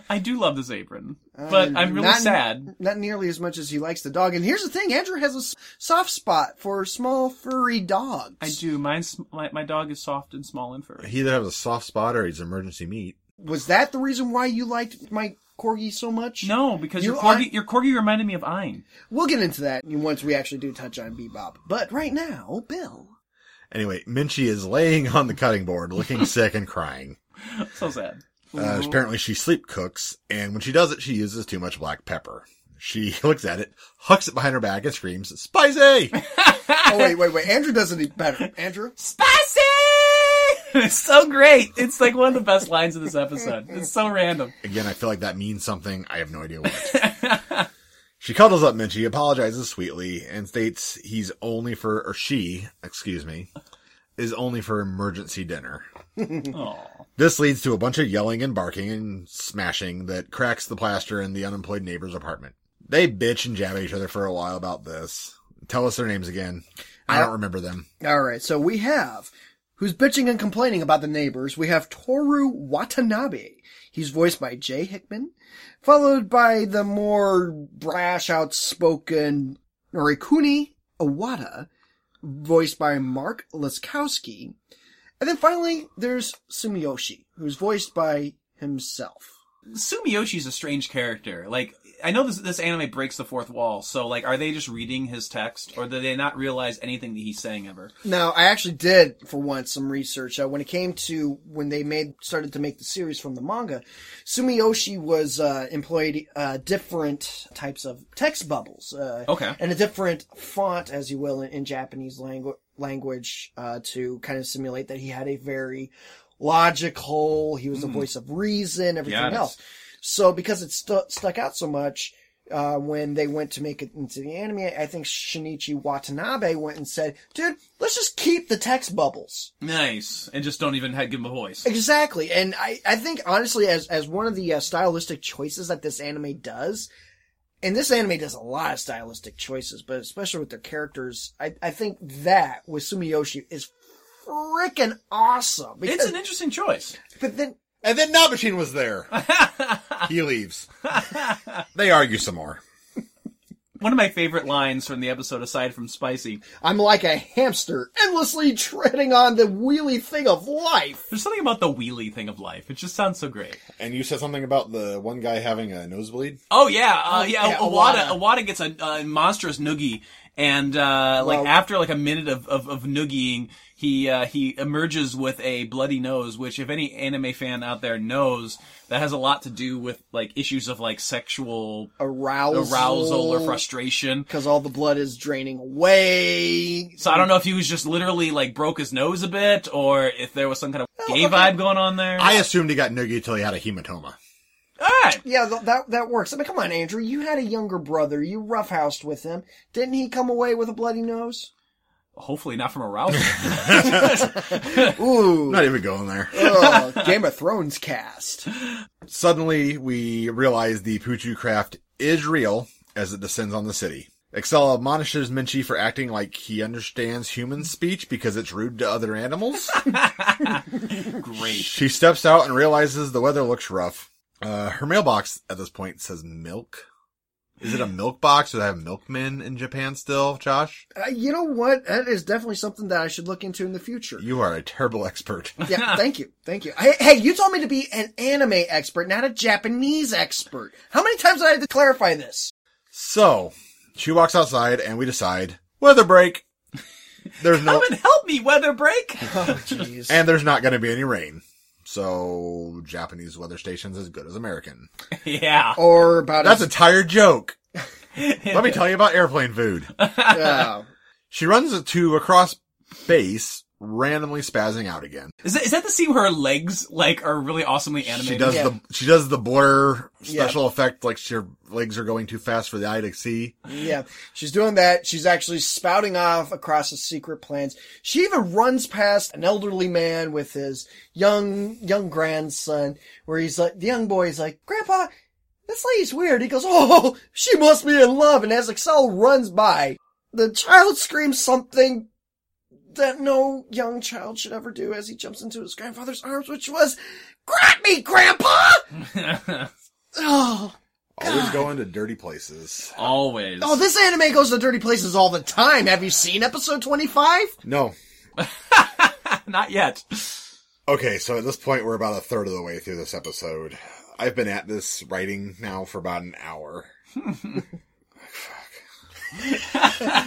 Speaker 3: I do love this apron, but I'm really
Speaker 5: Not-
Speaker 3: sad.
Speaker 5: Not nearly as much as he likes the dog. And here's the thing: Andrew has a s- soft spot for small furry dogs.
Speaker 3: I do. Mine's, my my dog is soft and small and furry.
Speaker 4: He either has a soft spot or he's emergency meat.
Speaker 5: Was that the reason why you liked my corgi so much?
Speaker 3: No, because your
Speaker 5: Your
Speaker 3: corgi,
Speaker 5: eye-
Speaker 3: your corgi reminded me of Ein.
Speaker 5: We'll get into that once we actually do touch on Bebop. But right now, Bill.
Speaker 4: Anyway, Minchie is laying on the cutting board looking sick and crying.
Speaker 3: So sad.
Speaker 4: Uh, apparently she sleep cooks and when she does it, she uses too much black pepper. She looks at it, hucks it behind her back and screams, spicy!
Speaker 5: Oh wait, wait, wait. Andrew does it better. Andrew.
Speaker 3: Spicy! It's so great. It's like one of the best lines of this episode. It's so random.
Speaker 4: Again, I feel like that means something. I have no idea what. she cuddles up Minchie, apologizes sweetly, and states he's only for, or she, excuse me, is only for emergency dinner.
Speaker 3: Aw.
Speaker 4: This leads to a bunch of yelling and barking and smashing that cracks the plaster in the unemployed neighbor's apartment. They bitch and jab at each other for a while about this. Tell us their names again. I don't remember them.
Speaker 5: All right, so we have who's bitching and complaining about the neighbors. We have Toru Watanabe. He's voiced by Jay Hickman, followed by the more brash, outspoken Norikuni Awada, voiced by Mark Laskowski. And then finally, there's Sumiyoshi, who's voiced by himself.
Speaker 3: Sumiyoshi's a strange character. Like, I know this, this anime breaks the fourth wall, so like, are they just reading his text, or do they not realize anything that he's saying ever?
Speaker 5: Now, I actually did for once some research uh, when it came to when they made started to make the series from the manga. Sumiyoshi was uh, employed uh, different types of text bubbles, uh,
Speaker 3: Okay.
Speaker 5: and a different font, as you will, in, in Japanese langu- language uh, to kind of simulate that he had a very logical. He was
Speaker 3: Hmm.
Speaker 5: the voice of reason, everything
Speaker 3: Got it.
Speaker 5: else. So because it stu- stuck out so much, uh, when they went to make it into the anime, I think Shinichi Watanabe went and said, dude, let's just keep the text bubbles.
Speaker 3: Hmm. Nice. And just don't even ha- give him a voice.
Speaker 5: Exactly. And I, I think honestly, as, as one of the uh, stylistic choices that this anime does, and this anime does a lot of stylistic choices, but especially with their characters, I, I think that with Sumiyoshi is freaking awesome.
Speaker 3: It's
Speaker 5: Because,
Speaker 3: an interesting choice.
Speaker 5: but then,
Speaker 4: And then Nabashin was there. he leaves. they argue some more.
Speaker 3: One of my favorite lines from the episode, aside from spicy,
Speaker 5: I'm like a hamster endlessly treading on the wheelie thing of life.
Speaker 3: there's something about the wheelie thing of life. It just sounds so great.
Speaker 4: And you said something about the one guy having a nosebleed?
Speaker 3: Oh yeah, uh, yeah.
Speaker 5: yeah,
Speaker 3: Awada,
Speaker 5: Awada.
Speaker 3: Awada gets a, a monstrous noogie, and uh, like
Speaker 5: Well-
Speaker 3: after like a minute of of, of noogieing, he uh, he emerges with a bloody nose, which if any anime fan out there knows, that has a lot to do with like issues of like sexual
Speaker 5: Arousal.
Speaker 3: arousal or frustration.
Speaker 5: because all the blood is draining away.
Speaker 3: So I don't know if he was just literally like broke his nose a bit, or if there was some kind of gay
Speaker 5: okay.
Speaker 3: vibe going on there.
Speaker 4: I assumed he got noogie till he had a hematoma.
Speaker 3: All right.
Speaker 5: Yeah, th- that that works. I mean, come on, Andrew. You had a younger brother. You roughhoused with him. Didn't he come away with a bloody nose?
Speaker 3: Hopefully not from arousal.
Speaker 5: Ooh,
Speaker 4: Not even going there.
Speaker 5: ugh, Game of Thrones cast.
Speaker 4: Suddenly, we realize the Puchu craft is real as it descends on the city. Excel admonishes Minchi for acting like he understands human speech because it's rude to other animals.
Speaker 3: Great.
Speaker 4: she steps out and realizes the weather looks rough. Uh, her mailbox at this point says milk. Is it a milk box? Do they have milkmen in Japan still, Josh?
Speaker 5: Uh, you know what? That is definitely something that I should look into in the future.
Speaker 4: You are a terrible expert.
Speaker 5: Yeah, thank you. Thank you. Hey, hey, you told me to be an anime expert, not a Japanese expert. How many times did I have to clarify this?
Speaker 4: So she walks outside and we decide weather break. There's no,
Speaker 3: Come and help me, weather break.
Speaker 5: Oh, jeez.
Speaker 4: and there's not going to be any rain. So Japanese weather station's as good as American.
Speaker 3: yeah.
Speaker 5: or about
Speaker 4: That's
Speaker 5: as-
Speaker 4: a tired joke. Let me tell you about airplane food.
Speaker 5: yeah.
Speaker 4: She runs to across base, randomly spazzing out again.
Speaker 3: Is that, is that the scene where her legs like are really awesomely animated?
Speaker 4: She does
Speaker 5: Yeah.
Speaker 4: the she does the blur
Speaker 5: Yeah.
Speaker 4: special effect like her legs are going too fast for the eye to see.
Speaker 5: Yeah, she's doing that. She's actually spouting off across his secret plans. She even runs past an elderly man with his young young grandson, where he's like, the young boy's like, "Grandpa, this lady's weird." He goes, "Oh, she must be in love." And as Excel runs by, the child screams something that no young child should ever do as he jumps into his grandfather's arms, which was, "Grab me, Grandpa!" oh.
Speaker 4: Always going to dirty places.
Speaker 3: Always.
Speaker 5: Oh, this anime goes to dirty places all the time. Have you seen episode 25?
Speaker 4: No.
Speaker 3: Not yet.
Speaker 4: Okay, so at this point we're about a third of the way through this episode. I've been at this writing now for about an hour.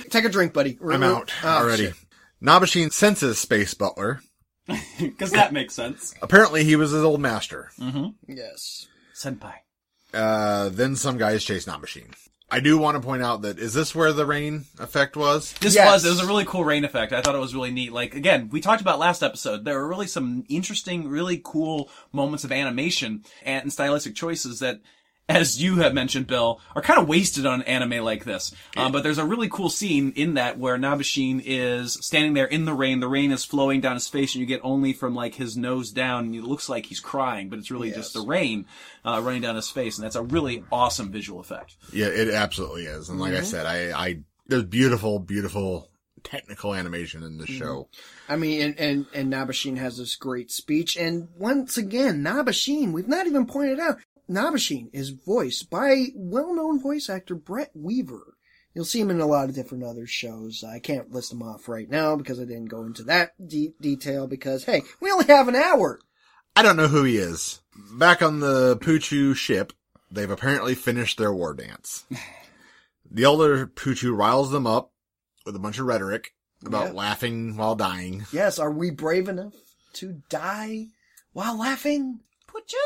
Speaker 5: Take a drink, buddy. We're-
Speaker 4: I'm
Speaker 5: we're-
Speaker 4: out
Speaker 5: oh,
Speaker 4: already.
Speaker 5: shit.
Speaker 4: Nabashin senses Space Butler.
Speaker 3: Because that makes sense.
Speaker 4: Apparently he was his old master.
Speaker 5: Yes.
Speaker 3: Senpai.
Speaker 4: Uh, then some guys chase Nabashin. I do want to point out that is this where the rain effect was?
Speaker 3: This
Speaker 5: Yes.
Speaker 3: was, it was a really cool rain effect. I thought it was really neat. Like, again, we talked about last episode, there were really some interesting, really cool moments of animation and stylistic choices that, as you have mentioned, Bill, are kind of wasted on anime like this. Um, but there's a really cool scene in that where Nabashin is standing there in the rain. The rain is flowing down his face and you get only from like his nose down and it looks like he's crying, but it's really just the rain, uh, running down his face. And that's a really awesome visual effect.
Speaker 4: Yeah, it absolutely is. And like I said, I, I, there's beautiful, beautiful technical animation in this show.
Speaker 5: I mean, and, and, and Nabashin has this great speech. And once again, Nabashin, we've not even pointed out, Nabashin is voiced by well-known voice actor Brett Weaver. You'll see him in a lot of different other shows. I can't list them off right now because I didn't go into that de- detail because, hey, we only have an hour.
Speaker 4: I don't know who he is. Back on the Poochu ship, they've apparently finished their war dance. the elder Poochu riles them up with a bunch of rhetoric about
Speaker 5: Yeah.
Speaker 4: laughing while dying.
Speaker 5: Yes, are we brave enough to die while laughing? Put you!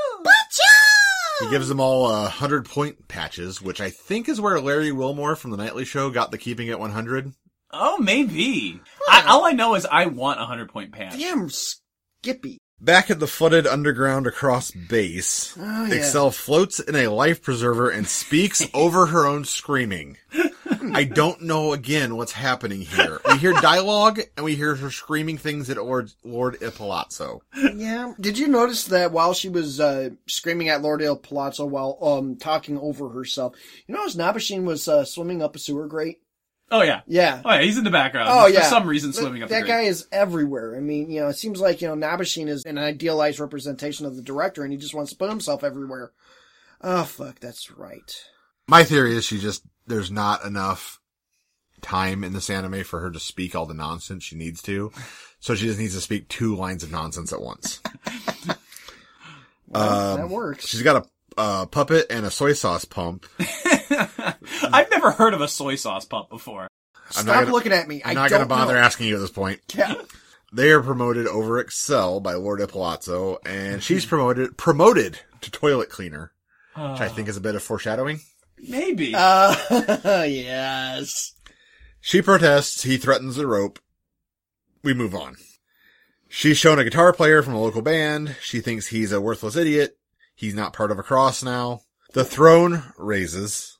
Speaker 4: He gives them all a hundred point patches, which I think is where Larry Wilmore from the Nightly Show got the keeping it 100.
Speaker 3: Oh, maybe. I, all I know is I want a hundred point patch.
Speaker 5: Damn, Skippy.
Speaker 4: Back at the flooded underground across base,
Speaker 5: Oh, yeah.
Speaker 4: Excel floats in a life preserver and speaks over her own screaming. I don't know again what's happening here. We hear dialogue and we hear her screaming things at Lord, Lord Ippolizzo.
Speaker 5: Yeah. Did you notice that while she was uh, screaming at Lord Il Palazzo while um talking over herself, you notice Nabashin was uh, swimming up a sewer grate?
Speaker 3: Oh yeah.
Speaker 5: Yeah.
Speaker 3: Oh yeah, he's in the background.
Speaker 5: Oh yeah.
Speaker 3: For some reason
Speaker 5: That-
Speaker 3: swimming up
Speaker 5: That
Speaker 3: the
Speaker 5: guy
Speaker 3: grate.
Speaker 5: is everywhere. I mean, you know, it seems like, you know, Nabashin is an idealized representation of the director and he just wants to put himself everywhere. Oh fuck, that's right.
Speaker 4: My theory is she just, there's not enough time in this anime for her to speak all the nonsense she needs to. So she just needs to speak two lines of nonsense at once. Um,
Speaker 5: Well, Um,
Speaker 3: Um,
Speaker 5: that works.
Speaker 4: She's got a uh, puppet and a soy sauce pump.
Speaker 3: I've never heard of a soy sauce pump before.
Speaker 4: I'm
Speaker 5: Stop
Speaker 4: not gonna-
Speaker 5: looking at me. I
Speaker 4: I'm not
Speaker 5: don't
Speaker 4: going to bother
Speaker 5: know.
Speaker 4: asking you at this point.
Speaker 5: Yeah.
Speaker 4: They are promoted over Excel by Lord Ippolizzo, and she's promoted promoted to toilet cleaner, which I
Speaker 5: Ah.
Speaker 4: think is a bit of foreshadowing.
Speaker 3: Maybe.
Speaker 5: Uh, yes.
Speaker 4: She protests. He threatens the rope. We move on. She's shown a guitar player from a local band. She thinks he's a worthless idiot. He's not part of a cross now. The throne raises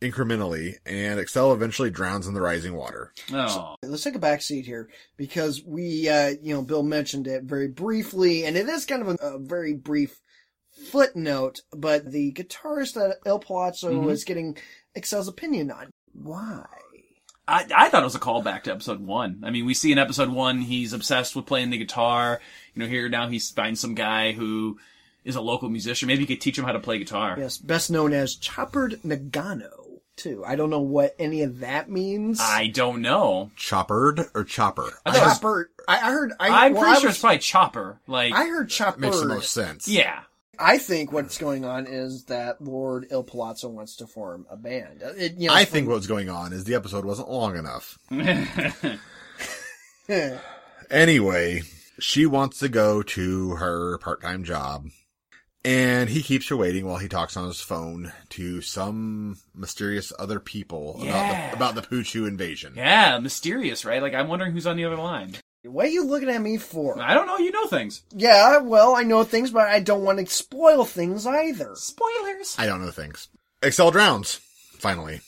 Speaker 4: incrementally, and Excel eventually drowns in the rising water.
Speaker 3: oh.
Speaker 5: Let's take a back seat here because we, uh, you know, Bill mentioned it very briefly, and it is kind of a, a very
Speaker 4: Mm-hmm.
Speaker 5: brief footnote. But the guitarist that El Palazzo was getting Excel's opinion on. Why?
Speaker 3: I, I thought it was a callback to episode one. I mean, we see in episode one, he's obsessed with playing the guitar. You know, here now he finds some guy who is a local musician. Maybe he could teach him how to play guitar.
Speaker 5: Yes, best known as Choppered Nagano, too. I don't know what any of that means.
Speaker 3: I don't know.
Speaker 4: Choppered or chopper?
Speaker 5: Choppered. I, I heard. I,
Speaker 3: I'm
Speaker 5: well,
Speaker 3: pretty
Speaker 5: I
Speaker 3: sure
Speaker 5: was-
Speaker 3: it's probably Chopper. Like,
Speaker 5: I heard Choppered.
Speaker 4: Makes the most sense.
Speaker 3: yeah.
Speaker 5: I think what's going on is that Lord Il Palazzo wants to form a band. Uh, It, you know,
Speaker 4: I think what's going on is the episode wasn't long enough. Anyway, she wants to go to her part-time job and he keeps her waiting while he talks on his phone to some mysterious other people
Speaker 3: Yeah.
Speaker 4: about the, about the Poochu invasion.
Speaker 3: Yeah, mysterious, right? Like, I'm wondering who's on the other line.
Speaker 5: What are you looking at me for?
Speaker 3: I don't know. You know things.
Speaker 5: Yeah, well, I know things, but I don't want to spoil things either.
Speaker 3: Spoilers.
Speaker 4: I don't know things. Excel drowns. Finally.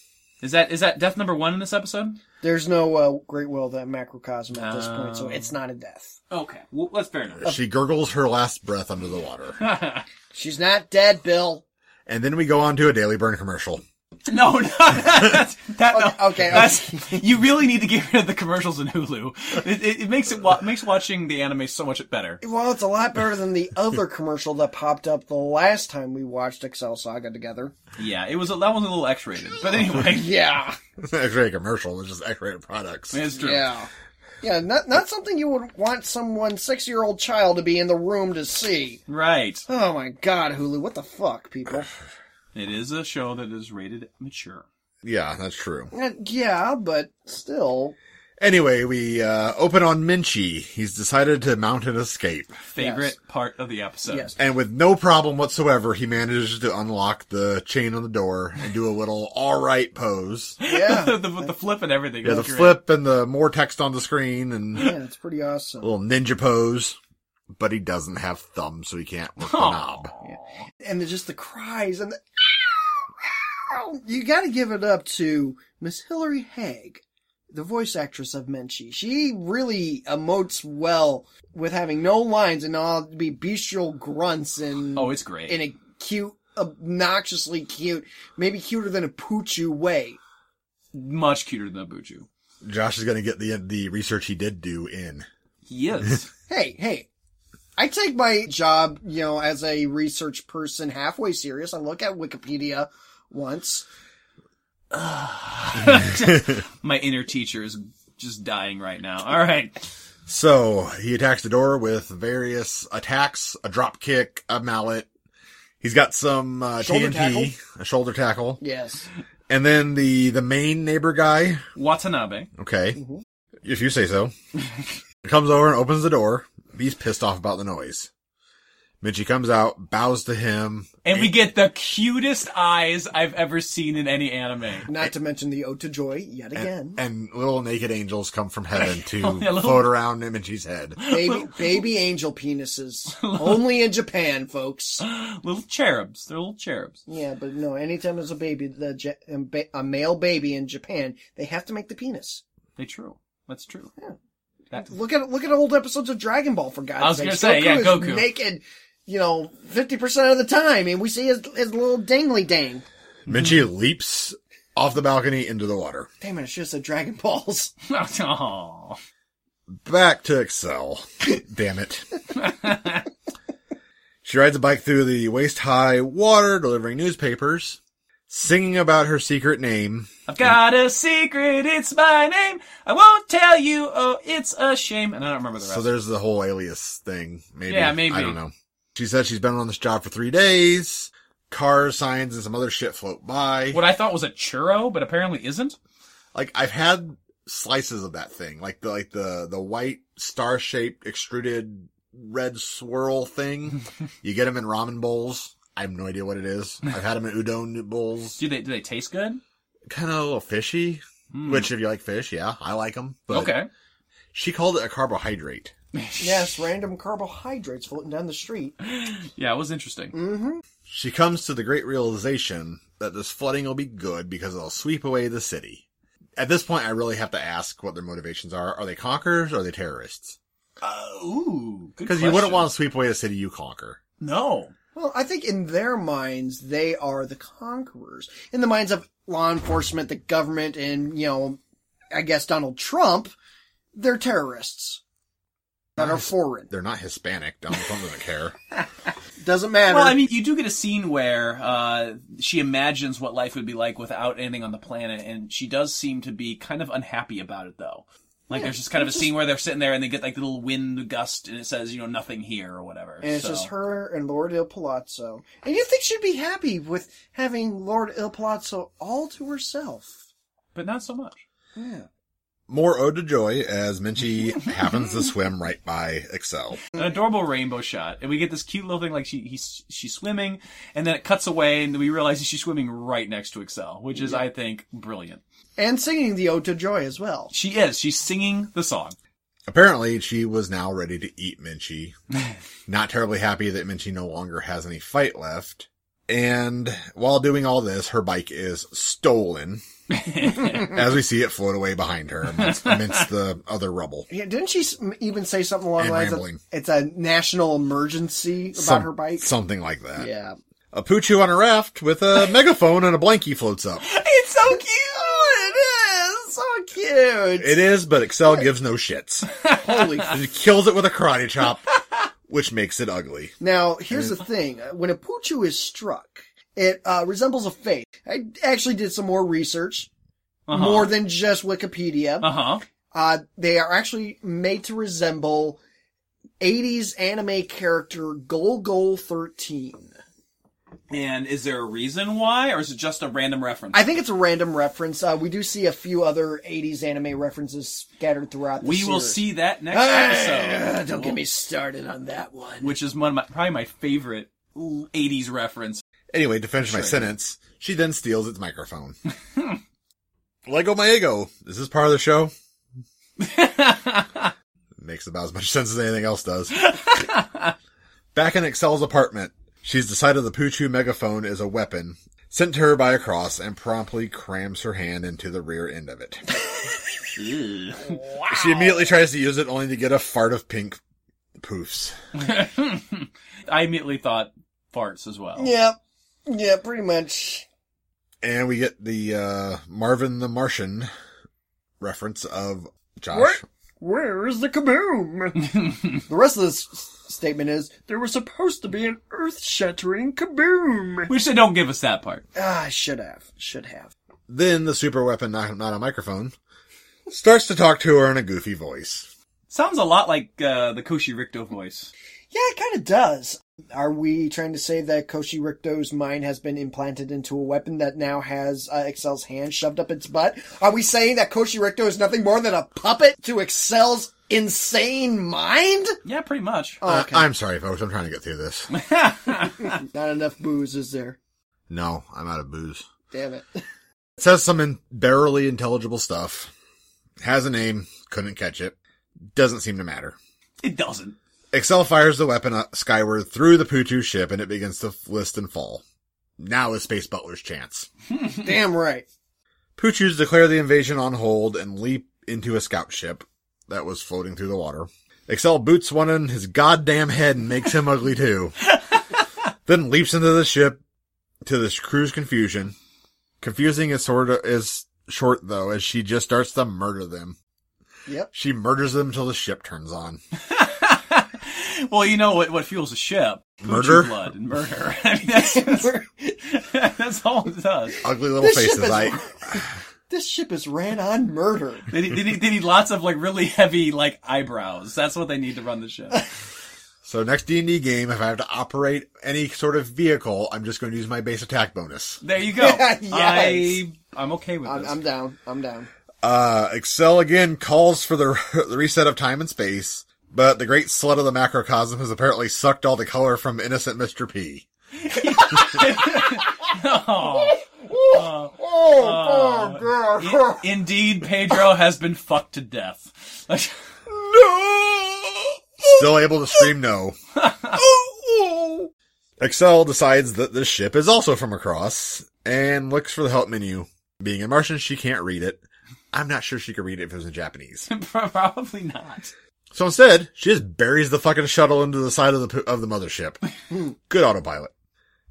Speaker 3: Is that is that death number one in this episode?
Speaker 5: There's no uh, great will to macrocosm at this point, so
Speaker 3: Oh.
Speaker 5: it's not a death.
Speaker 3: Okay, well, that's fair enough.
Speaker 4: She gurgles her last breath under the water.
Speaker 5: She's not dead, Bill.
Speaker 4: and then we go on to a Daily Burn commercial.
Speaker 3: No, no, that's, that, no.
Speaker 5: Okay, okay,
Speaker 3: That's, you really need to get rid of the commercials in Hulu. It, it, it makes it wa- makes watching the anime so much better.
Speaker 5: Well, it's a lot better than the other commercial that popped up the last time we watched Excel Saga together.
Speaker 3: Yeah, it was a, that one's a little X-rated, but anyway,
Speaker 5: Yeah,
Speaker 4: X-rated commercial. It's just X-rated products.
Speaker 3: it's true.
Speaker 5: yeah, yeah. Not not something you would want someone six year old child to be in the room to see.
Speaker 3: Right.
Speaker 5: Oh my God, Hulu, what the fuck, people?
Speaker 3: It is a show that is rated mature.
Speaker 4: Yeah, that's true.
Speaker 5: Uh, Yeah, but still,
Speaker 4: Anyway, we uh, open on Minchi. He's decided to mount an escape.
Speaker 3: Favorite part of the episode.
Speaker 5: yes.
Speaker 4: And with no problem whatsoever, he manages to unlock the chain on the door and do a little alright pose. Yeah,
Speaker 5: Yeah,
Speaker 3: the, the, the flip and everything.
Speaker 4: the
Speaker 3: is great.
Speaker 4: flip and the more text on the screen and a
Speaker 5: yeah, it's pretty awesome.
Speaker 4: little ninja pose. But he doesn't have thumbs, so he can't work the
Speaker 3: Aw.
Speaker 4: knob.
Speaker 5: and the, just the cries and the you got to give it up to Miss Hilary Haig, the voice actress of Menchie. She really emotes well with having no lines and all be bestial grunts and
Speaker 3: Oh, it's great.
Speaker 5: in a cute, obnoxiously cute, maybe cuter than a poochu way.
Speaker 3: Much cuter than Buju.
Speaker 4: Josh is going to get the the research he did do in.
Speaker 3: He is.
Speaker 5: Hey, hey. I take my job, you know, as a research person halfway serious. I look at Wikipedia once.
Speaker 3: My inner teacher is just dying right now. All right.
Speaker 4: So he attacks the door with various attacks: a drop kick, a mallet. He's got some uh,
Speaker 5: Shoulder
Speaker 4: TNT,
Speaker 5: tackle.
Speaker 4: a shoulder tackle,
Speaker 5: Yes.
Speaker 4: and then the the main neighbor guy.
Speaker 3: Watanabe.
Speaker 4: Okay,
Speaker 3: Mm-hmm.
Speaker 4: if you say so. comes over and opens the door. He's pissed off about the noise. Minchie comes out, bows to him.
Speaker 3: And we get the cutest eyes I've ever seen in any anime.
Speaker 5: Not to mention the Ode to Joy yet
Speaker 3: Eh,
Speaker 5: again.
Speaker 4: And little naked angels come from heaven to
Speaker 3: Oh, yeah, little-
Speaker 4: float around Minchie's head.
Speaker 3: eh,
Speaker 5: baby, baby angel penises. Only in Japan, folks.
Speaker 3: Little cherubs. They're little cherubs.
Speaker 5: Yeah, but no, anytime there's a baby, the ja- um, ba- a male baby in Japan, they have to make the penis.
Speaker 3: They true. That's true. That-
Speaker 5: Look at look at old episodes of Dragon Ball for God's sake.
Speaker 3: I was gonna say, yeah,
Speaker 5: is
Speaker 3: Goku.
Speaker 5: naked, you know, fifty percent of the time, and we see his his little dangly dang.
Speaker 4: Minchie leaps off the balcony into the water.
Speaker 5: Damn it, I should have said Dragon Balls.
Speaker 3: Aw.
Speaker 4: back to Excel. Damn it. she rides a bike through the waist high water, delivering newspapers, singing about her secret name.
Speaker 3: I've got a secret. It's my name. I won't tell you. Oh, it's a shame. And I don't remember the rest.
Speaker 4: So there's the whole alias thing. Maybe.
Speaker 3: Yeah, maybe.
Speaker 4: I don't know. She said she's been on this job for three days. Cars, signs, and some other shit float by.
Speaker 3: what I thought was a churro, but apparently isn't.
Speaker 4: Like I've had slices of that thing, like the like the the white star shaped extruded red swirl thing. you get them in ramen bowls. I have no idea what it is. I've had them in udon bowls.
Speaker 3: Do they? Do they taste good?
Speaker 4: Kind of a little fishy. Which, if you like fish, yeah, I like them. But
Speaker 3: Hmm. okay.
Speaker 4: She called it a carbohydrate.
Speaker 5: Yes, random carbohydrates floating down the street.
Speaker 3: Yeah, it was interesting.
Speaker 4: She comes to the great realization that this flooding will be good because it'll sweep away the city. At this point, I really have to ask what their motivations are. Are they conquerors or are they terrorists?
Speaker 3: Uh, ooh, good
Speaker 4: Because you wouldn't
Speaker 3: question.
Speaker 4: want to sweep away a city you conquer.
Speaker 3: No.
Speaker 5: Well, I think in their minds, they are the conquerors. In the minds of law enforcement, the government, and, you know, I guess Donald Trump, they're terrorists that are foreign.
Speaker 4: They're not Hispanic. Donald Trump doesn't care.
Speaker 5: Doesn't matter.
Speaker 3: Well, I mean, you do get a scene where uh, she imagines what life would be like without anything on the planet, and she does seem to be kind of unhappy about it, though. Like, there's just kind of a scene where they're sitting there and they get like the little wind gust, and it says, you know, nothing here or whatever.
Speaker 5: and it's
Speaker 3: So-
Speaker 5: just her and Lord Il Palazzo. And you think she'd be happy with having Lord Il Palazzo all to herself.
Speaker 3: but not so much.
Speaker 5: Yeah.
Speaker 4: More ode to joy as Minchie happens to swim right by Excel.
Speaker 3: An adorable rainbow shot, and we get this cute little thing like she he's, she's swimming, and then it cuts away, and we realize she's swimming right next to Excel, which is, I think, brilliant.
Speaker 5: And singing the Ode to Joy as well.
Speaker 3: She is. She's singing the song.
Speaker 4: Apparently, she was now ready to eat Minchie. Not terribly happy that Minchie no longer has any fight left. And while doing all this, her bike is stolen. as we see it float away behind her amidst, amidst the other rubble.
Speaker 5: Yeah, didn't she s- m- even say something along
Speaker 4: And
Speaker 5: the lines of
Speaker 4: rambling.
Speaker 5: it's a national emergency about
Speaker 4: Some-
Speaker 5: her bike?
Speaker 4: Something like that.
Speaker 5: Yeah.
Speaker 4: A poochoo on a raft with a megaphone and a blankie floats up.
Speaker 5: It's so cute! Oh, It is! So cute!
Speaker 4: It is, but Excel gives no shits.
Speaker 5: Holy
Speaker 4: It kills it with a karate chop, which makes it ugly.
Speaker 5: Now, here's the thing. When a poochu is struck, it uh, resembles a face. I actually did some more research, more than just Wikipedia.
Speaker 3: Uh huh.
Speaker 5: Uh, they are actually made to resemble 80s anime character Gol Gol 13.
Speaker 3: And is there a reason why, or is it just a random reference?
Speaker 5: I think it's a random reference. Uh, we do see a few other 80s anime references scattered throughout the
Speaker 3: we will
Speaker 5: series.
Speaker 3: see that next
Speaker 5: Ah,
Speaker 3: episode.
Speaker 5: don't get me started on that one.
Speaker 3: which is one of my, probably my favorite 80s reference.
Speaker 4: Anyway, to finish my sentence, she then steals its microphone. Lego my ego. Is this part of the show? Makes about as much sense as anything else does. Back in Excel's apartment, she's decided the Poochu megaphone is a weapon sent to her by a cross and promptly crams her hand into the rear end of it. She immediately tries to use it only to get a fart of pink poofs.
Speaker 3: I immediately thought farts as well.
Speaker 5: Yeah. Yeah, pretty much.
Speaker 4: And we get the uh, Marvin the Martian reference of Josh.
Speaker 5: Where is the kaboom? the rest of this s- statement is there was supposed to be an earth-shattering kaboom.
Speaker 3: Which they don't give us that part.
Speaker 5: Ah, should have, should have.
Speaker 4: Then the super weapon, not, not a microphone, starts to talk to her in a goofy voice.
Speaker 3: Sounds a lot like uh, the Koshi Ricto voice.
Speaker 5: Yeah, it kind of does. Are we trying to say that Koshi Rikdo's mind has been implanted into a weapon that now has uh, Excel's hand shoved up its butt? Are we saying that Koshi Rikdo is nothing more than a puppet to Excel's insane mind?
Speaker 3: Yeah, pretty much.
Speaker 5: Oh,
Speaker 4: I- Uh, I'm sorry, folks. I'm trying to get through this.
Speaker 5: Not enough booze, is there?
Speaker 4: no, I'm out of booze.
Speaker 5: Damn it.
Speaker 4: It says some in- barely intelligible stuff. Has a name. Couldn't catch it. Doesn't seem to matter.
Speaker 3: It doesn't.
Speaker 4: Excel fires the weapon up skyward through the Putu ship and it begins to list and fall. Now is Space Butler's chance.
Speaker 5: Damn right.
Speaker 4: Poochus declare the invasion on hold and leap into a scout ship that was floating through the water. Excel boots one in his goddamn head and makes him ugly too. then leaps into the ship to the crew's confusion. Confusing is sort of is short though, as she just starts to murder them.
Speaker 5: Yep.
Speaker 4: She murders them till the ship turns on.
Speaker 3: Well, you know what, what fuels a ship? Poochie
Speaker 4: Murder?
Speaker 3: blood and murder. I mean, that's, that's, that's all it does.
Speaker 4: Ugly little
Speaker 5: This
Speaker 4: faces.
Speaker 5: ship is-
Speaker 4: I
Speaker 5: This ship is ran on murder.
Speaker 3: They, need- they, need, they need lots of like really heavy like eyebrows. That's what they need to run the ship.
Speaker 4: so next D and D game, if I have to operate any sort of vehicle, I'm just going to use my base attack bonus.
Speaker 3: There you go.
Speaker 5: Yes.
Speaker 3: I I'm okay with
Speaker 5: I'm,
Speaker 3: this.
Speaker 5: I'm down. I'm down.
Speaker 4: Uh, Excel again calls for the, the reset of time and space, but the great slut of the macrocosm has apparently sucked all the color from innocent Mr. P.
Speaker 3: Oh.
Speaker 5: Oh, oh,
Speaker 3: In- indeed, Pedro has been fucked to death.
Speaker 4: Still able to scream no. Excel decides that this ship is also from across and looks for the help menu. Being in Martian, she can't read it. I'm not sure she could read it if it was in Japanese.
Speaker 3: Probably not.
Speaker 4: So instead, she just buries the fucking shuttle into the side of the po- of the mothership. Good autopilot.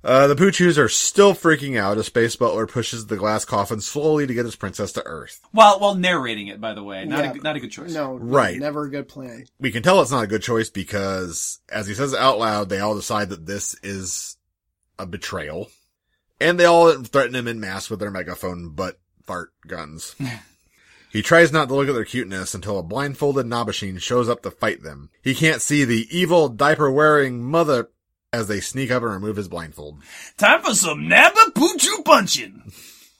Speaker 4: Uh, the Poochus are still freaking out as Space Butler pushes the glass coffin slowly to get his princess to Earth.
Speaker 3: While while narrating it, by the way, not
Speaker 5: Yeah.
Speaker 3: a, not a good choice.
Speaker 5: No,
Speaker 4: Right.
Speaker 5: Never a good plan.
Speaker 4: We can tell it's not a good choice because, as he says it out loud, they all decide that this is a betrayal. And they all threaten him in mass with their megaphone butt fart guns. he tries not to look at their cuteness until a blindfolded Nabashin shows up to fight them. He can't see the evil diaper wearing mother as they sneak up and remove his blindfold.
Speaker 3: Time for some Nabba Poochoo punching.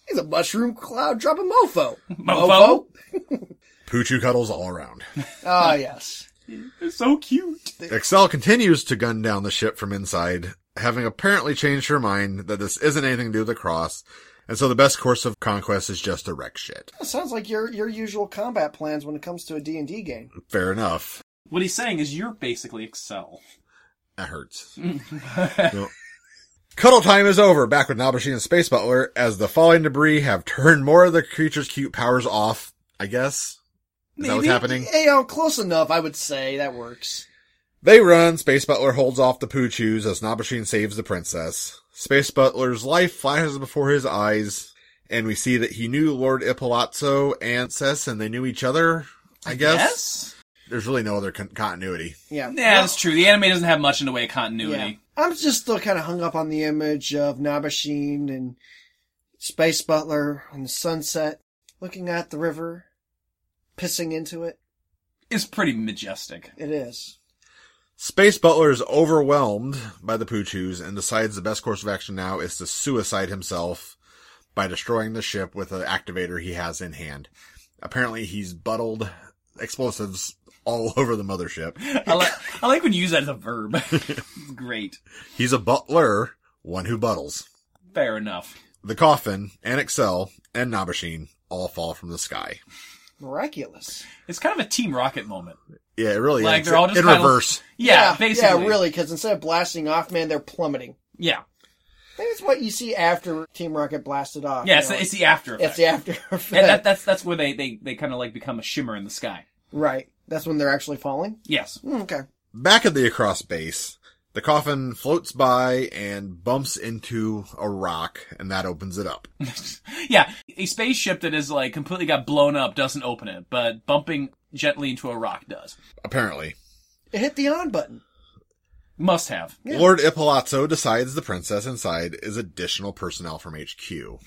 Speaker 5: He's a mushroom cloud dropping mofo.
Speaker 3: Mofo.
Speaker 4: Poochoo cuddles all around.
Speaker 5: Ah, yes.
Speaker 3: They're so cute.
Speaker 4: Excel continues to gun down the ship from inside, having apparently changed her mind that this isn't anything to do with the cross, and so the best course of conquest is just to wreck shit.
Speaker 5: That sounds like your your usual combat plans when it comes to a D and D game.
Speaker 4: Fair enough.
Speaker 3: What he's saying is you're basically Excel.
Speaker 4: That hurts. Yep. Cuddle time is over, back with Nabashi and Space Butler, as the falling debris have turned more of the creature's cute powers off, I guess. Is that what's
Speaker 3: Maybe.
Speaker 4: happening?
Speaker 5: Hey, oh, close enough. I would say that works.
Speaker 4: They run. Space Butler holds off the Poochus as Nabashin saves the princess. Space Butler's life flashes before his eyes, and we see that he knew Lord Ippolizzo and Cess, and they knew each other. I guess there's really no other con- continuity.
Speaker 5: Yeah.
Speaker 3: Yeah, that's true. The anime doesn't have much in the way of continuity.
Speaker 5: I'm just still kind of hung up on the image of Nabashin and Space Butler on the sunset, looking at the river, pissing into it.
Speaker 3: It's pretty majestic.
Speaker 5: It is.
Speaker 4: Space Butler is overwhelmed by the Poochus and decides the best course of action now is to suicide himself by destroying the ship with an activator he has in hand. Apparently, he's buttled explosives all over the mothership.
Speaker 3: I like I like when you use that as a verb. It's Great.
Speaker 4: He's a butler, one who buttles.
Speaker 3: Fair enough.
Speaker 4: The coffin and Excel and Nabashin all fall from the sky.
Speaker 5: Miraculous.
Speaker 3: It's kind of a Team Rocket moment.
Speaker 4: Yeah, it really
Speaker 3: Like
Speaker 4: is.
Speaker 3: they're all just
Speaker 4: in
Speaker 3: kinda-
Speaker 4: reverse.
Speaker 3: Yeah, basically.
Speaker 5: Yeah, really, because instead of blasting off, man, they're plummeting.
Speaker 3: Yeah,
Speaker 5: Maybe it's what you see after Team Rocket blasted off.
Speaker 3: yeah.
Speaker 5: you
Speaker 3: It's,
Speaker 5: know,
Speaker 3: the, it's the after effect.
Speaker 5: it's the after effect.
Speaker 3: and that, that's that's where they they they kind of like become a shimmer in the sky.
Speaker 5: right. That's when they're actually falling.
Speaker 3: Yes.
Speaker 5: Mm, Okay.
Speaker 4: Back at the across base, the coffin floats by and bumps into a rock, and that opens it up.
Speaker 3: Yeah, a spaceship that is like completely got blown up doesn't open it, but bumping gently into a rock does.
Speaker 4: Apparently.
Speaker 5: It hit the on button.
Speaker 3: Must have.
Speaker 4: Lord Ippolizzo decides the princess inside is additional personnel from HQ.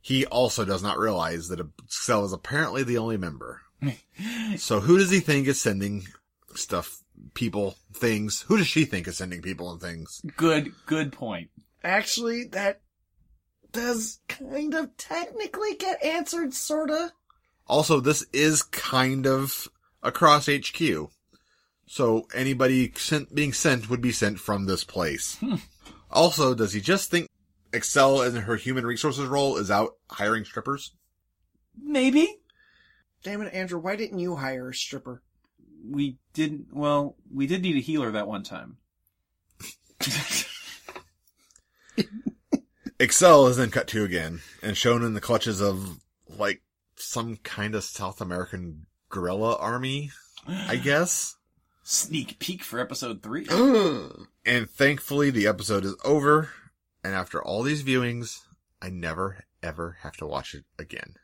Speaker 4: He also does not realize that Excel is apparently the only member. so who does he think is sending stuff, people, things? Who does she think is sending people and things?
Speaker 3: Good, good point.
Speaker 5: Actually, that does kind of technically get answered, sorta.
Speaker 4: Also, this is kind of across HQ. So anybody sent, being sent would be sent from this place. also, does he just think Excel and her human resources role is out hiring strippers?
Speaker 3: Maybe
Speaker 5: Damn it, Andrew, why didn't you hire a stripper?
Speaker 3: we didn't. Well, we did need a healer that one time.
Speaker 4: Excel is then cut to again and shown in the clutches of like some kind of South American guerrilla army, I guess.
Speaker 3: Sneak peek for episode three.
Speaker 4: And thankfully the episode is over. And after all these viewings, I never ever have to watch it again.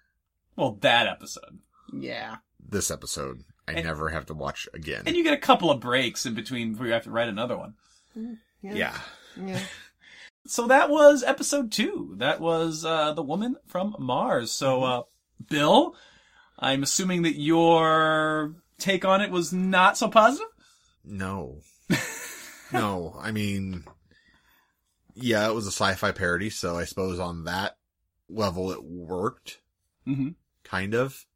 Speaker 3: well, that episode.
Speaker 5: yeah.
Speaker 4: This episode, I
Speaker 3: And-
Speaker 4: never have to watch again.
Speaker 3: And you get a couple of breaks in between where you have to write another one.
Speaker 4: yeah.
Speaker 5: Yeah.
Speaker 3: So that was episode two. That was uh, the woman from Mars. So, uh, Bill, I'm assuming that your take on it was not so positive.
Speaker 4: No. no, I mean, yeah, it was a sci-fi parody. So I suppose on that level, it worked.
Speaker 3: Mm-hmm.
Speaker 4: kind of.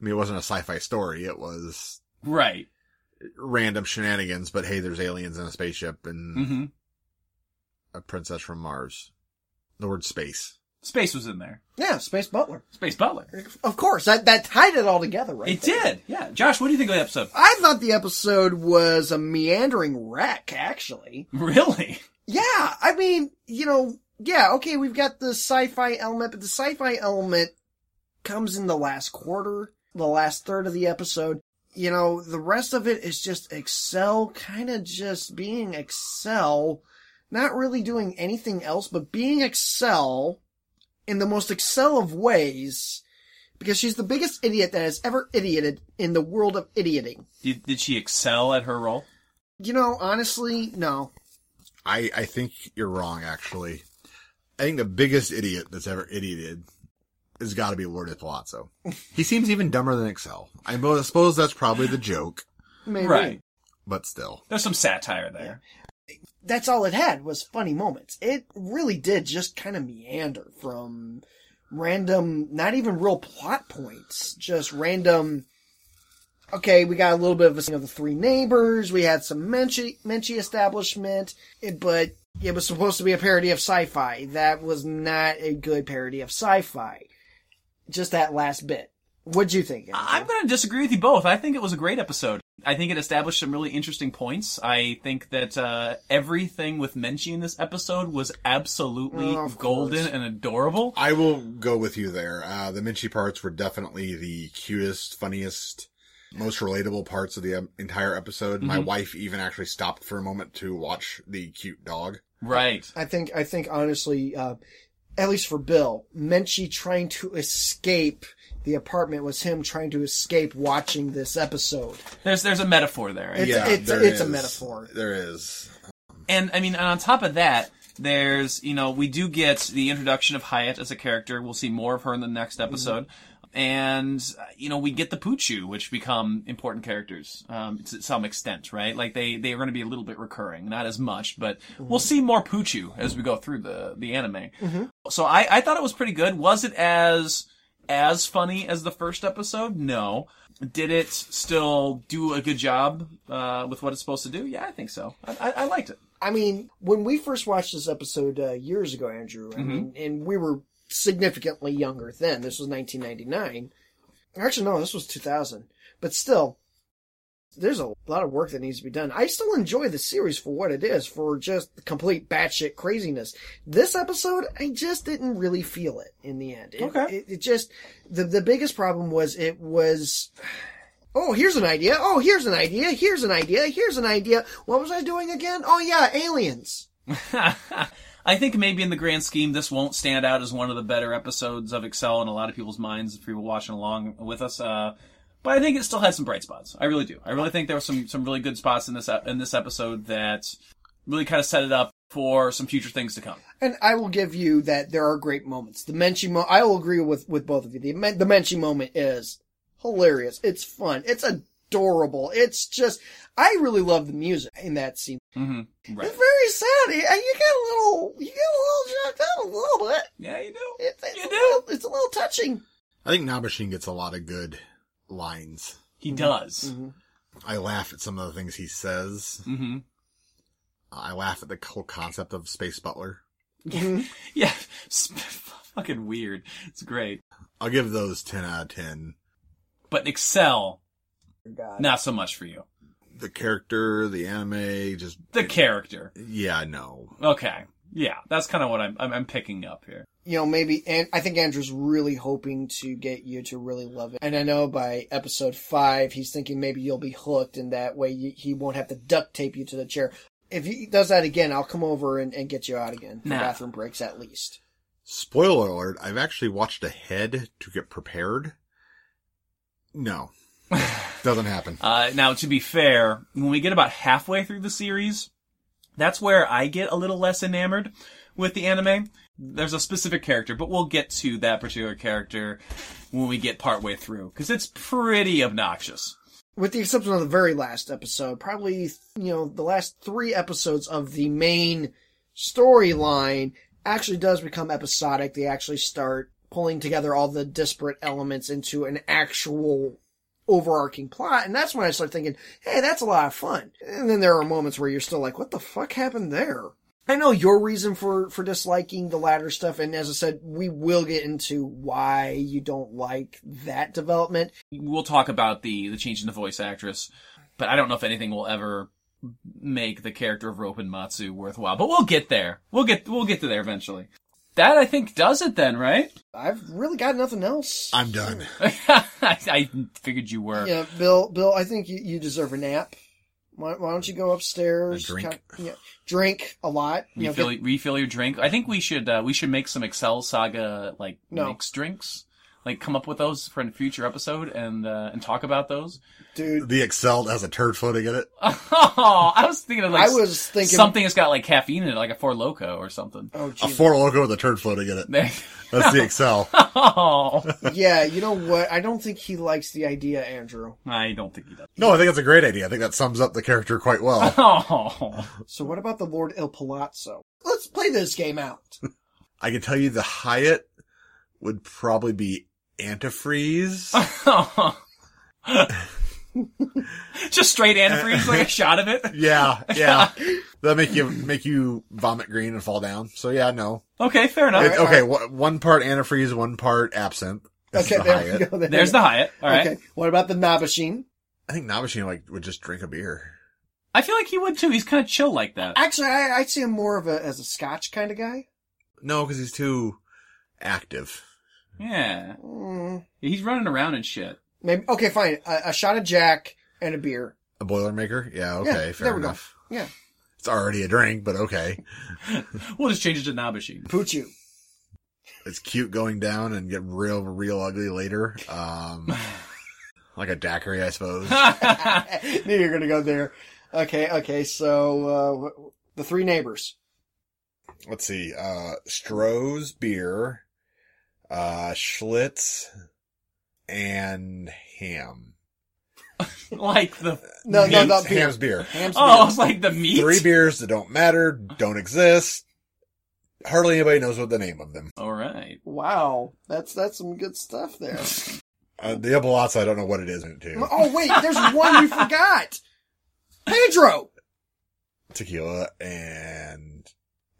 Speaker 4: I mean, it wasn't a sci-fi story. It was
Speaker 3: Right.
Speaker 4: random shenanigans, but hey, there's aliens in a spaceship and
Speaker 3: Mm-hmm.
Speaker 4: a princess from Mars. The word space.
Speaker 3: Space was in there.
Speaker 5: Yeah, Space Butler.
Speaker 3: Space Butler.
Speaker 5: Of course, that, that tied it all together, right?
Speaker 3: It
Speaker 5: there.
Speaker 3: did. Yeah. Josh, what do you think of the episode?
Speaker 5: I thought the episode was a meandering wreck, actually.
Speaker 3: Really?
Speaker 5: Yeah, I mean, you know, yeah, okay, we've got the sci-fi element, but the sci-fi element comes in the last quarter, the last third of the episode. you know, the rest of it is just Excel kind of just being Excel, not really doing anything else, but being Excel in the most Excel of ways because she's the biggest idiot that has ever idioted in the world of idioting.
Speaker 3: Did, did she excel at her role?
Speaker 5: You know, honestly, no.
Speaker 4: I, I think you're wrong, actually. I think the biggest idiot that's ever idioted has got to be Lord of Palazzo. he seems even dumber than Excel. I mo- suppose that's probably the joke,
Speaker 5: Maybe.
Speaker 3: Right.
Speaker 4: but still.
Speaker 3: There's some satire there.
Speaker 5: That's all it had was funny moments. It really did just kind of meander from random, not even real plot points, just random. Okay, we got a little bit of a scene of the three neighbors. We had some Menchie, Menchie establishment, it- but it was supposed to be a parody of sci-fi. That was not a good parody of sci-fi. Just that last bit. What'd you think? Andrew?
Speaker 3: I'm going to disagree with you both. I think it was a great episode. I think it established some really interesting points. I think that uh, everything with Menchie in this episode was absolutely
Speaker 5: Oh, of
Speaker 3: golden
Speaker 5: course.
Speaker 3: and adorable.
Speaker 4: I will go with you there. Uh, the Minchie parts were definitely the cutest, funniest, most relatable parts of the um, entire episode. My wife even actually stopped for a moment to watch the cute dog.
Speaker 3: Right.
Speaker 5: I think I think honestly, uh, at least for Bill, Menchie trying to escape the apartment was him trying to escape watching this episode.
Speaker 3: There's there's a metaphor there. I
Speaker 5: It's-
Speaker 4: yeah,
Speaker 5: it's-
Speaker 4: there
Speaker 5: it's a
Speaker 4: is.
Speaker 5: metaphor.
Speaker 4: There is.
Speaker 3: And I mean, and on top of that, there's you know we do get the introduction of Hyatt as a character. We'll see more of her in the next episode, and uh, you know we get the Poochu, which become important characters um, to some extent, right? Like they they are going to be a little bit recurring, not as much, but we'll see more Poochu as we go through the the anime. So I I thought it was pretty good. Was it as as funny as the first episode? No. Did it still do a good job uh, with what it's supposed to do? Yeah, I think so. I, I, I liked it.
Speaker 5: I mean, when we first watched this episode uh, years ago, Andrew, I mean, and we were significantly younger then. This was 1999. Actually, no, this was 2000. But still, there's a lot of work that needs to be done. I still enjoy the series for what it is, for just complete batshit craziness. This episode, I just didn't really feel it in the end. It,
Speaker 3: Okay.
Speaker 5: It, it just the the biggest problem was it was Oh, here's an idea. Oh, here's an idea. Here's an idea. Here's an idea. What was I doing again? Oh yeah, aliens.
Speaker 3: I think maybe in the grand scheme, this won't stand out as one of the better episodes of Excel in a lot of people's minds if you were watching along with us. Uh, but I think it still had some bright spots. I really do. I really think there were some some really good spots in this ep- in this episode that really kind of set it up for some future things to come.
Speaker 5: And I will give you that there are great moments. The Menchie mo- I will agree with, with both of you. The, Men- the Menchie moment is hilarious. It's fun. It's adorable. It's just, I really love the music in that scene.
Speaker 3: Mm-hmm. Right?
Speaker 5: It's very sad. And you get a little, you get a little choked up a little bit.
Speaker 3: Yeah, you do.
Speaker 5: It's, it's
Speaker 3: You
Speaker 5: a
Speaker 3: do.
Speaker 5: Little, it's a little touching.
Speaker 4: I think Nabashin gets a lot of good lines.
Speaker 3: He does.
Speaker 4: I laugh at some of the things he says.
Speaker 3: hmm
Speaker 4: I laugh at the whole concept of Space Butler.
Speaker 3: Yeah. Fucking weird. It's great.
Speaker 4: I'll give those 10 out of 10.
Speaker 3: But Excel, not so much for you.
Speaker 4: The character, the anime, just,
Speaker 3: The character.
Speaker 4: yeah, no.
Speaker 3: Okay. Yeah, that's kind of what I'm, I'm I'm picking up here.
Speaker 5: you know, maybe, and I think Andrew's really hoping to get you to really love it. And I know by episode five, he's thinking maybe you'll be hooked and that way you, he won't have to duct tape you to the chair. If he does that again, I'll come over and, and get you out again for
Speaker 3: Nah.
Speaker 5: bathroom breaks at least.
Speaker 4: Spoiler alert, I've actually watched ahead to get prepared. No. Doesn't happen.
Speaker 3: Uh, now, to be fair, when we get about halfway through the series, that's where I get a little less enamored with the anime. There's a specific character, but we'll get to that particular character when we get partway through, because it's pretty obnoxious.
Speaker 5: With the exception of the very last episode, probably, you know, the last three episodes of the main storyline actually does become episodic. They actually start pulling together all the disparate elements into an actual overarching plot. And that's when I start thinking, hey, that's a lot of fun. And then there are moments where you're still like, what the fuck happened there? I know your reason for, for disliking the latter stuff. And as I said, we will get into why you don't like that development.
Speaker 3: We'll talk about the, the change in the voice actress, but I don't know if anything will ever make the character of Ropen Matsu worthwhile, but we'll get there. We'll get, we'll get to there eventually. That I think does it then, right?
Speaker 5: I've really got nothing else.
Speaker 4: I'm done.
Speaker 3: I, I figured you were.
Speaker 5: Yeah, Bill. Bill, I think you, you deserve a nap. Why, why don't you go upstairs?
Speaker 4: A drink.
Speaker 5: kinda- yeah, drink a lot. You know,
Speaker 3: Refill,
Speaker 5: get-
Speaker 3: refill your drink. I think we should uh, we should make some Excel Saga like
Speaker 5: No.
Speaker 3: mix drinks. Like come up with those for a future episode and uh, and talk about those.
Speaker 5: dude.
Speaker 4: the Excel has a turd floating in it.
Speaker 3: Oh, I was thinking of like
Speaker 5: I was thinking
Speaker 3: something that's got like caffeine in it, like a Four Loco or something.
Speaker 5: Oh,
Speaker 4: A
Speaker 5: geez.
Speaker 4: four logo with a turd floating in it. That's the Excel.
Speaker 3: oh,
Speaker 5: yeah. You know what? I don't think he likes the idea, Andrew.
Speaker 3: I don't think he does.
Speaker 4: No, I think that's a great idea. I think that sums up the character quite well.
Speaker 3: Oh,
Speaker 5: So what about the Lord El Palazzo? Let's play this game out.
Speaker 4: I can tell you the Hyatt would probably be antifreeze.
Speaker 3: just straight antifreeze, like a shot of it.
Speaker 4: yeah, yeah. That'll make you make you vomit green and fall down. So yeah, no.
Speaker 3: Okay, fair enough.
Speaker 4: It- okay, wha- one part antifreeze, one part absinthe. That's
Speaker 5: Okay,
Speaker 4: the
Speaker 5: there
Speaker 4: Hyatt.
Speaker 5: we go. There
Speaker 3: There's
Speaker 5: we
Speaker 3: the
Speaker 5: go.
Speaker 3: Hyatt. All right,
Speaker 5: Okay. What about the Nabashin?
Speaker 4: I think Nabashin like would just drink a beer.
Speaker 3: I feel like he would too. He's kind of chill like that.
Speaker 5: Actually, I, I see him more of a as a Scotch kind of guy.
Speaker 4: No, because he's too active.
Speaker 3: Yeah,
Speaker 5: Mm,
Speaker 3: he's running around and shit.
Speaker 5: maybe okay, fine. A, a shot of Jack and a beer.
Speaker 4: A boilermaker? Yeah, okay,
Speaker 5: yeah,
Speaker 4: fair
Speaker 5: there we
Speaker 4: enough.
Speaker 5: go. Yeah,
Speaker 4: It's already a drink, but okay.
Speaker 3: We'll just change it to Nabashi.
Speaker 5: Poochu.
Speaker 4: It's cute going down and get real, real ugly later. Um, like a daiquiri, I suppose.
Speaker 5: Knew you were gonna go there. Okay, okay. So uh, wh- the three neighbors.
Speaker 4: Let's see. Uh, Stroh's beer, uh, Schlitz, and ham.
Speaker 3: like the
Speaker 5: No, no,
Speaker 4: Ham's,
Speaker 5: no. Beer.
Speaker 4: Ham's beer.
Speaker 5: Ham's
Speaker 3: oh,
Speaker 5: beer.
Speaker 3: it's like the meat.
Speaker 4: Three beers that don't matter, don't exist. Hardly anybody knows what the name of them.
Speaker 3: All right.
Speaker 5: Wow, that's that's some good stuff there.
Speaker 4: Uh, the Ibalazza, I don't know what it is in it too.
Speaker 5: oh wait, there's one you forgot. Pedro.
Speaker 4: Tequila and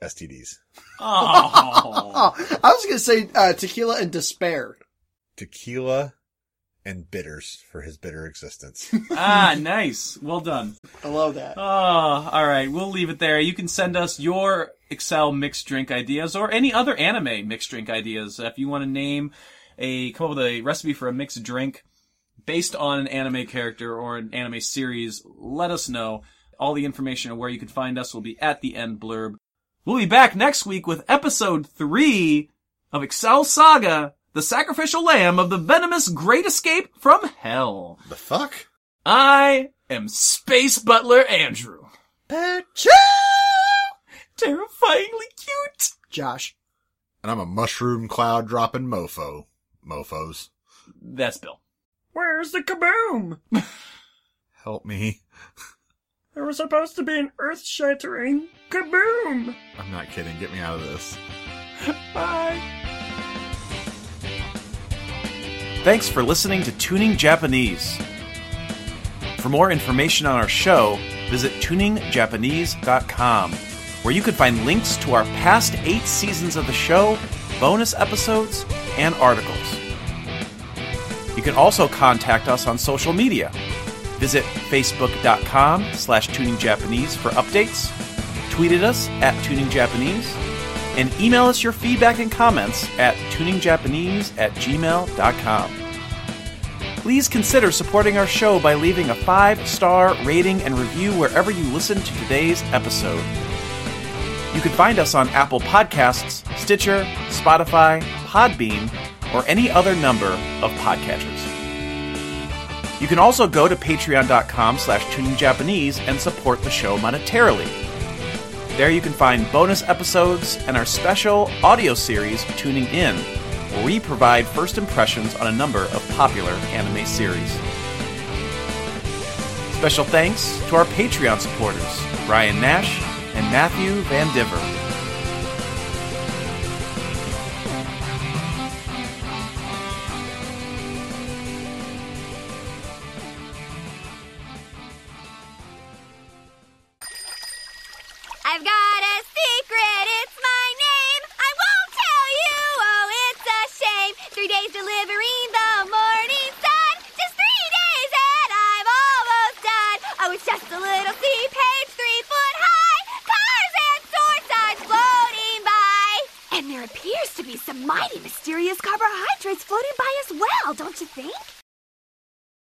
Speaker 4: STDs.
Speaker 3: Oh,
Speaker 5: Oh, I was gonna say uh, tequila and despair.
Speaker 4: Tequila and bitters for his bitter existence.
Speaker 3: ah, nice. Well done.
Speaker 5: I love that.
Speaker 3: Oh, all right. We'll leave it there. You can send us your Excel mixed drink ideas or any other anime mixed drink ideas. If you want to name a, come up with a recipe for a mixed drink based on an anime character or an anime series, let us know. All the information on where you can find us will be at the end blurb. We'll be back next week with episode three of Excel Saga, the sacrificial lamb of the venomous great escape from hell.
Speaker 4: the fuck?
Speaker 3: I am Space Butler Andrew.
Speaker 5: Poochu.
Speaker 3: Terrifyingly cute.
Speaker 5: Josh.
Speaker 4: And I'm a mushroom cloud dropping mofo. Mofos.
Speaker 3: That's Bill.
Speaker 2: Where's the kaboom?
Speaker 4: Help me.
Speaker 2: There was supposed to be an earth shattering kaboom!
Speaker 4: I'm not kidding. Get me out of this.
Speaker 2: Bye!
Speaker 6: Thanks for listening to Tuning Japanese. For more information on our show, visit tuningjapanese.com, where you can find links to our past eight seasons of the show, bonus episodes, and articles. You can also contact us on social media. Visit facebook.com slash tuningjapanese for updates, tweet at us at tuningjapanese, and email us your feedback and comments at tuningjapanese at gmail.com. Please consider supporting our show by leaving a five star rating and review wherever you listen to today's episode. You can find us on Apple Podcasts, Stitcher, Spotify, Podbean, or any other number of podcatchers. You can also go to patreon.com slash tuningjapanese and support the show monetarily. There you can find bonus episodes and our special audio series, Tuning In, where we provide first impressions on a number of popular anime series. Special thanks to our Patreon supporters, Ryan Nash and Matthew Van Diver.
Speaker 7: I've got a secret. It's my name. I won't tell you. Oh, it's a shame. Three days delivering the morning sun. Just three days and I'm almost done. Oh, it's just a little sea page, three foot high. Cars and sword sides floating by. And there are appears to be some mighty mysterious carbohydrates floating by as well, don't you think?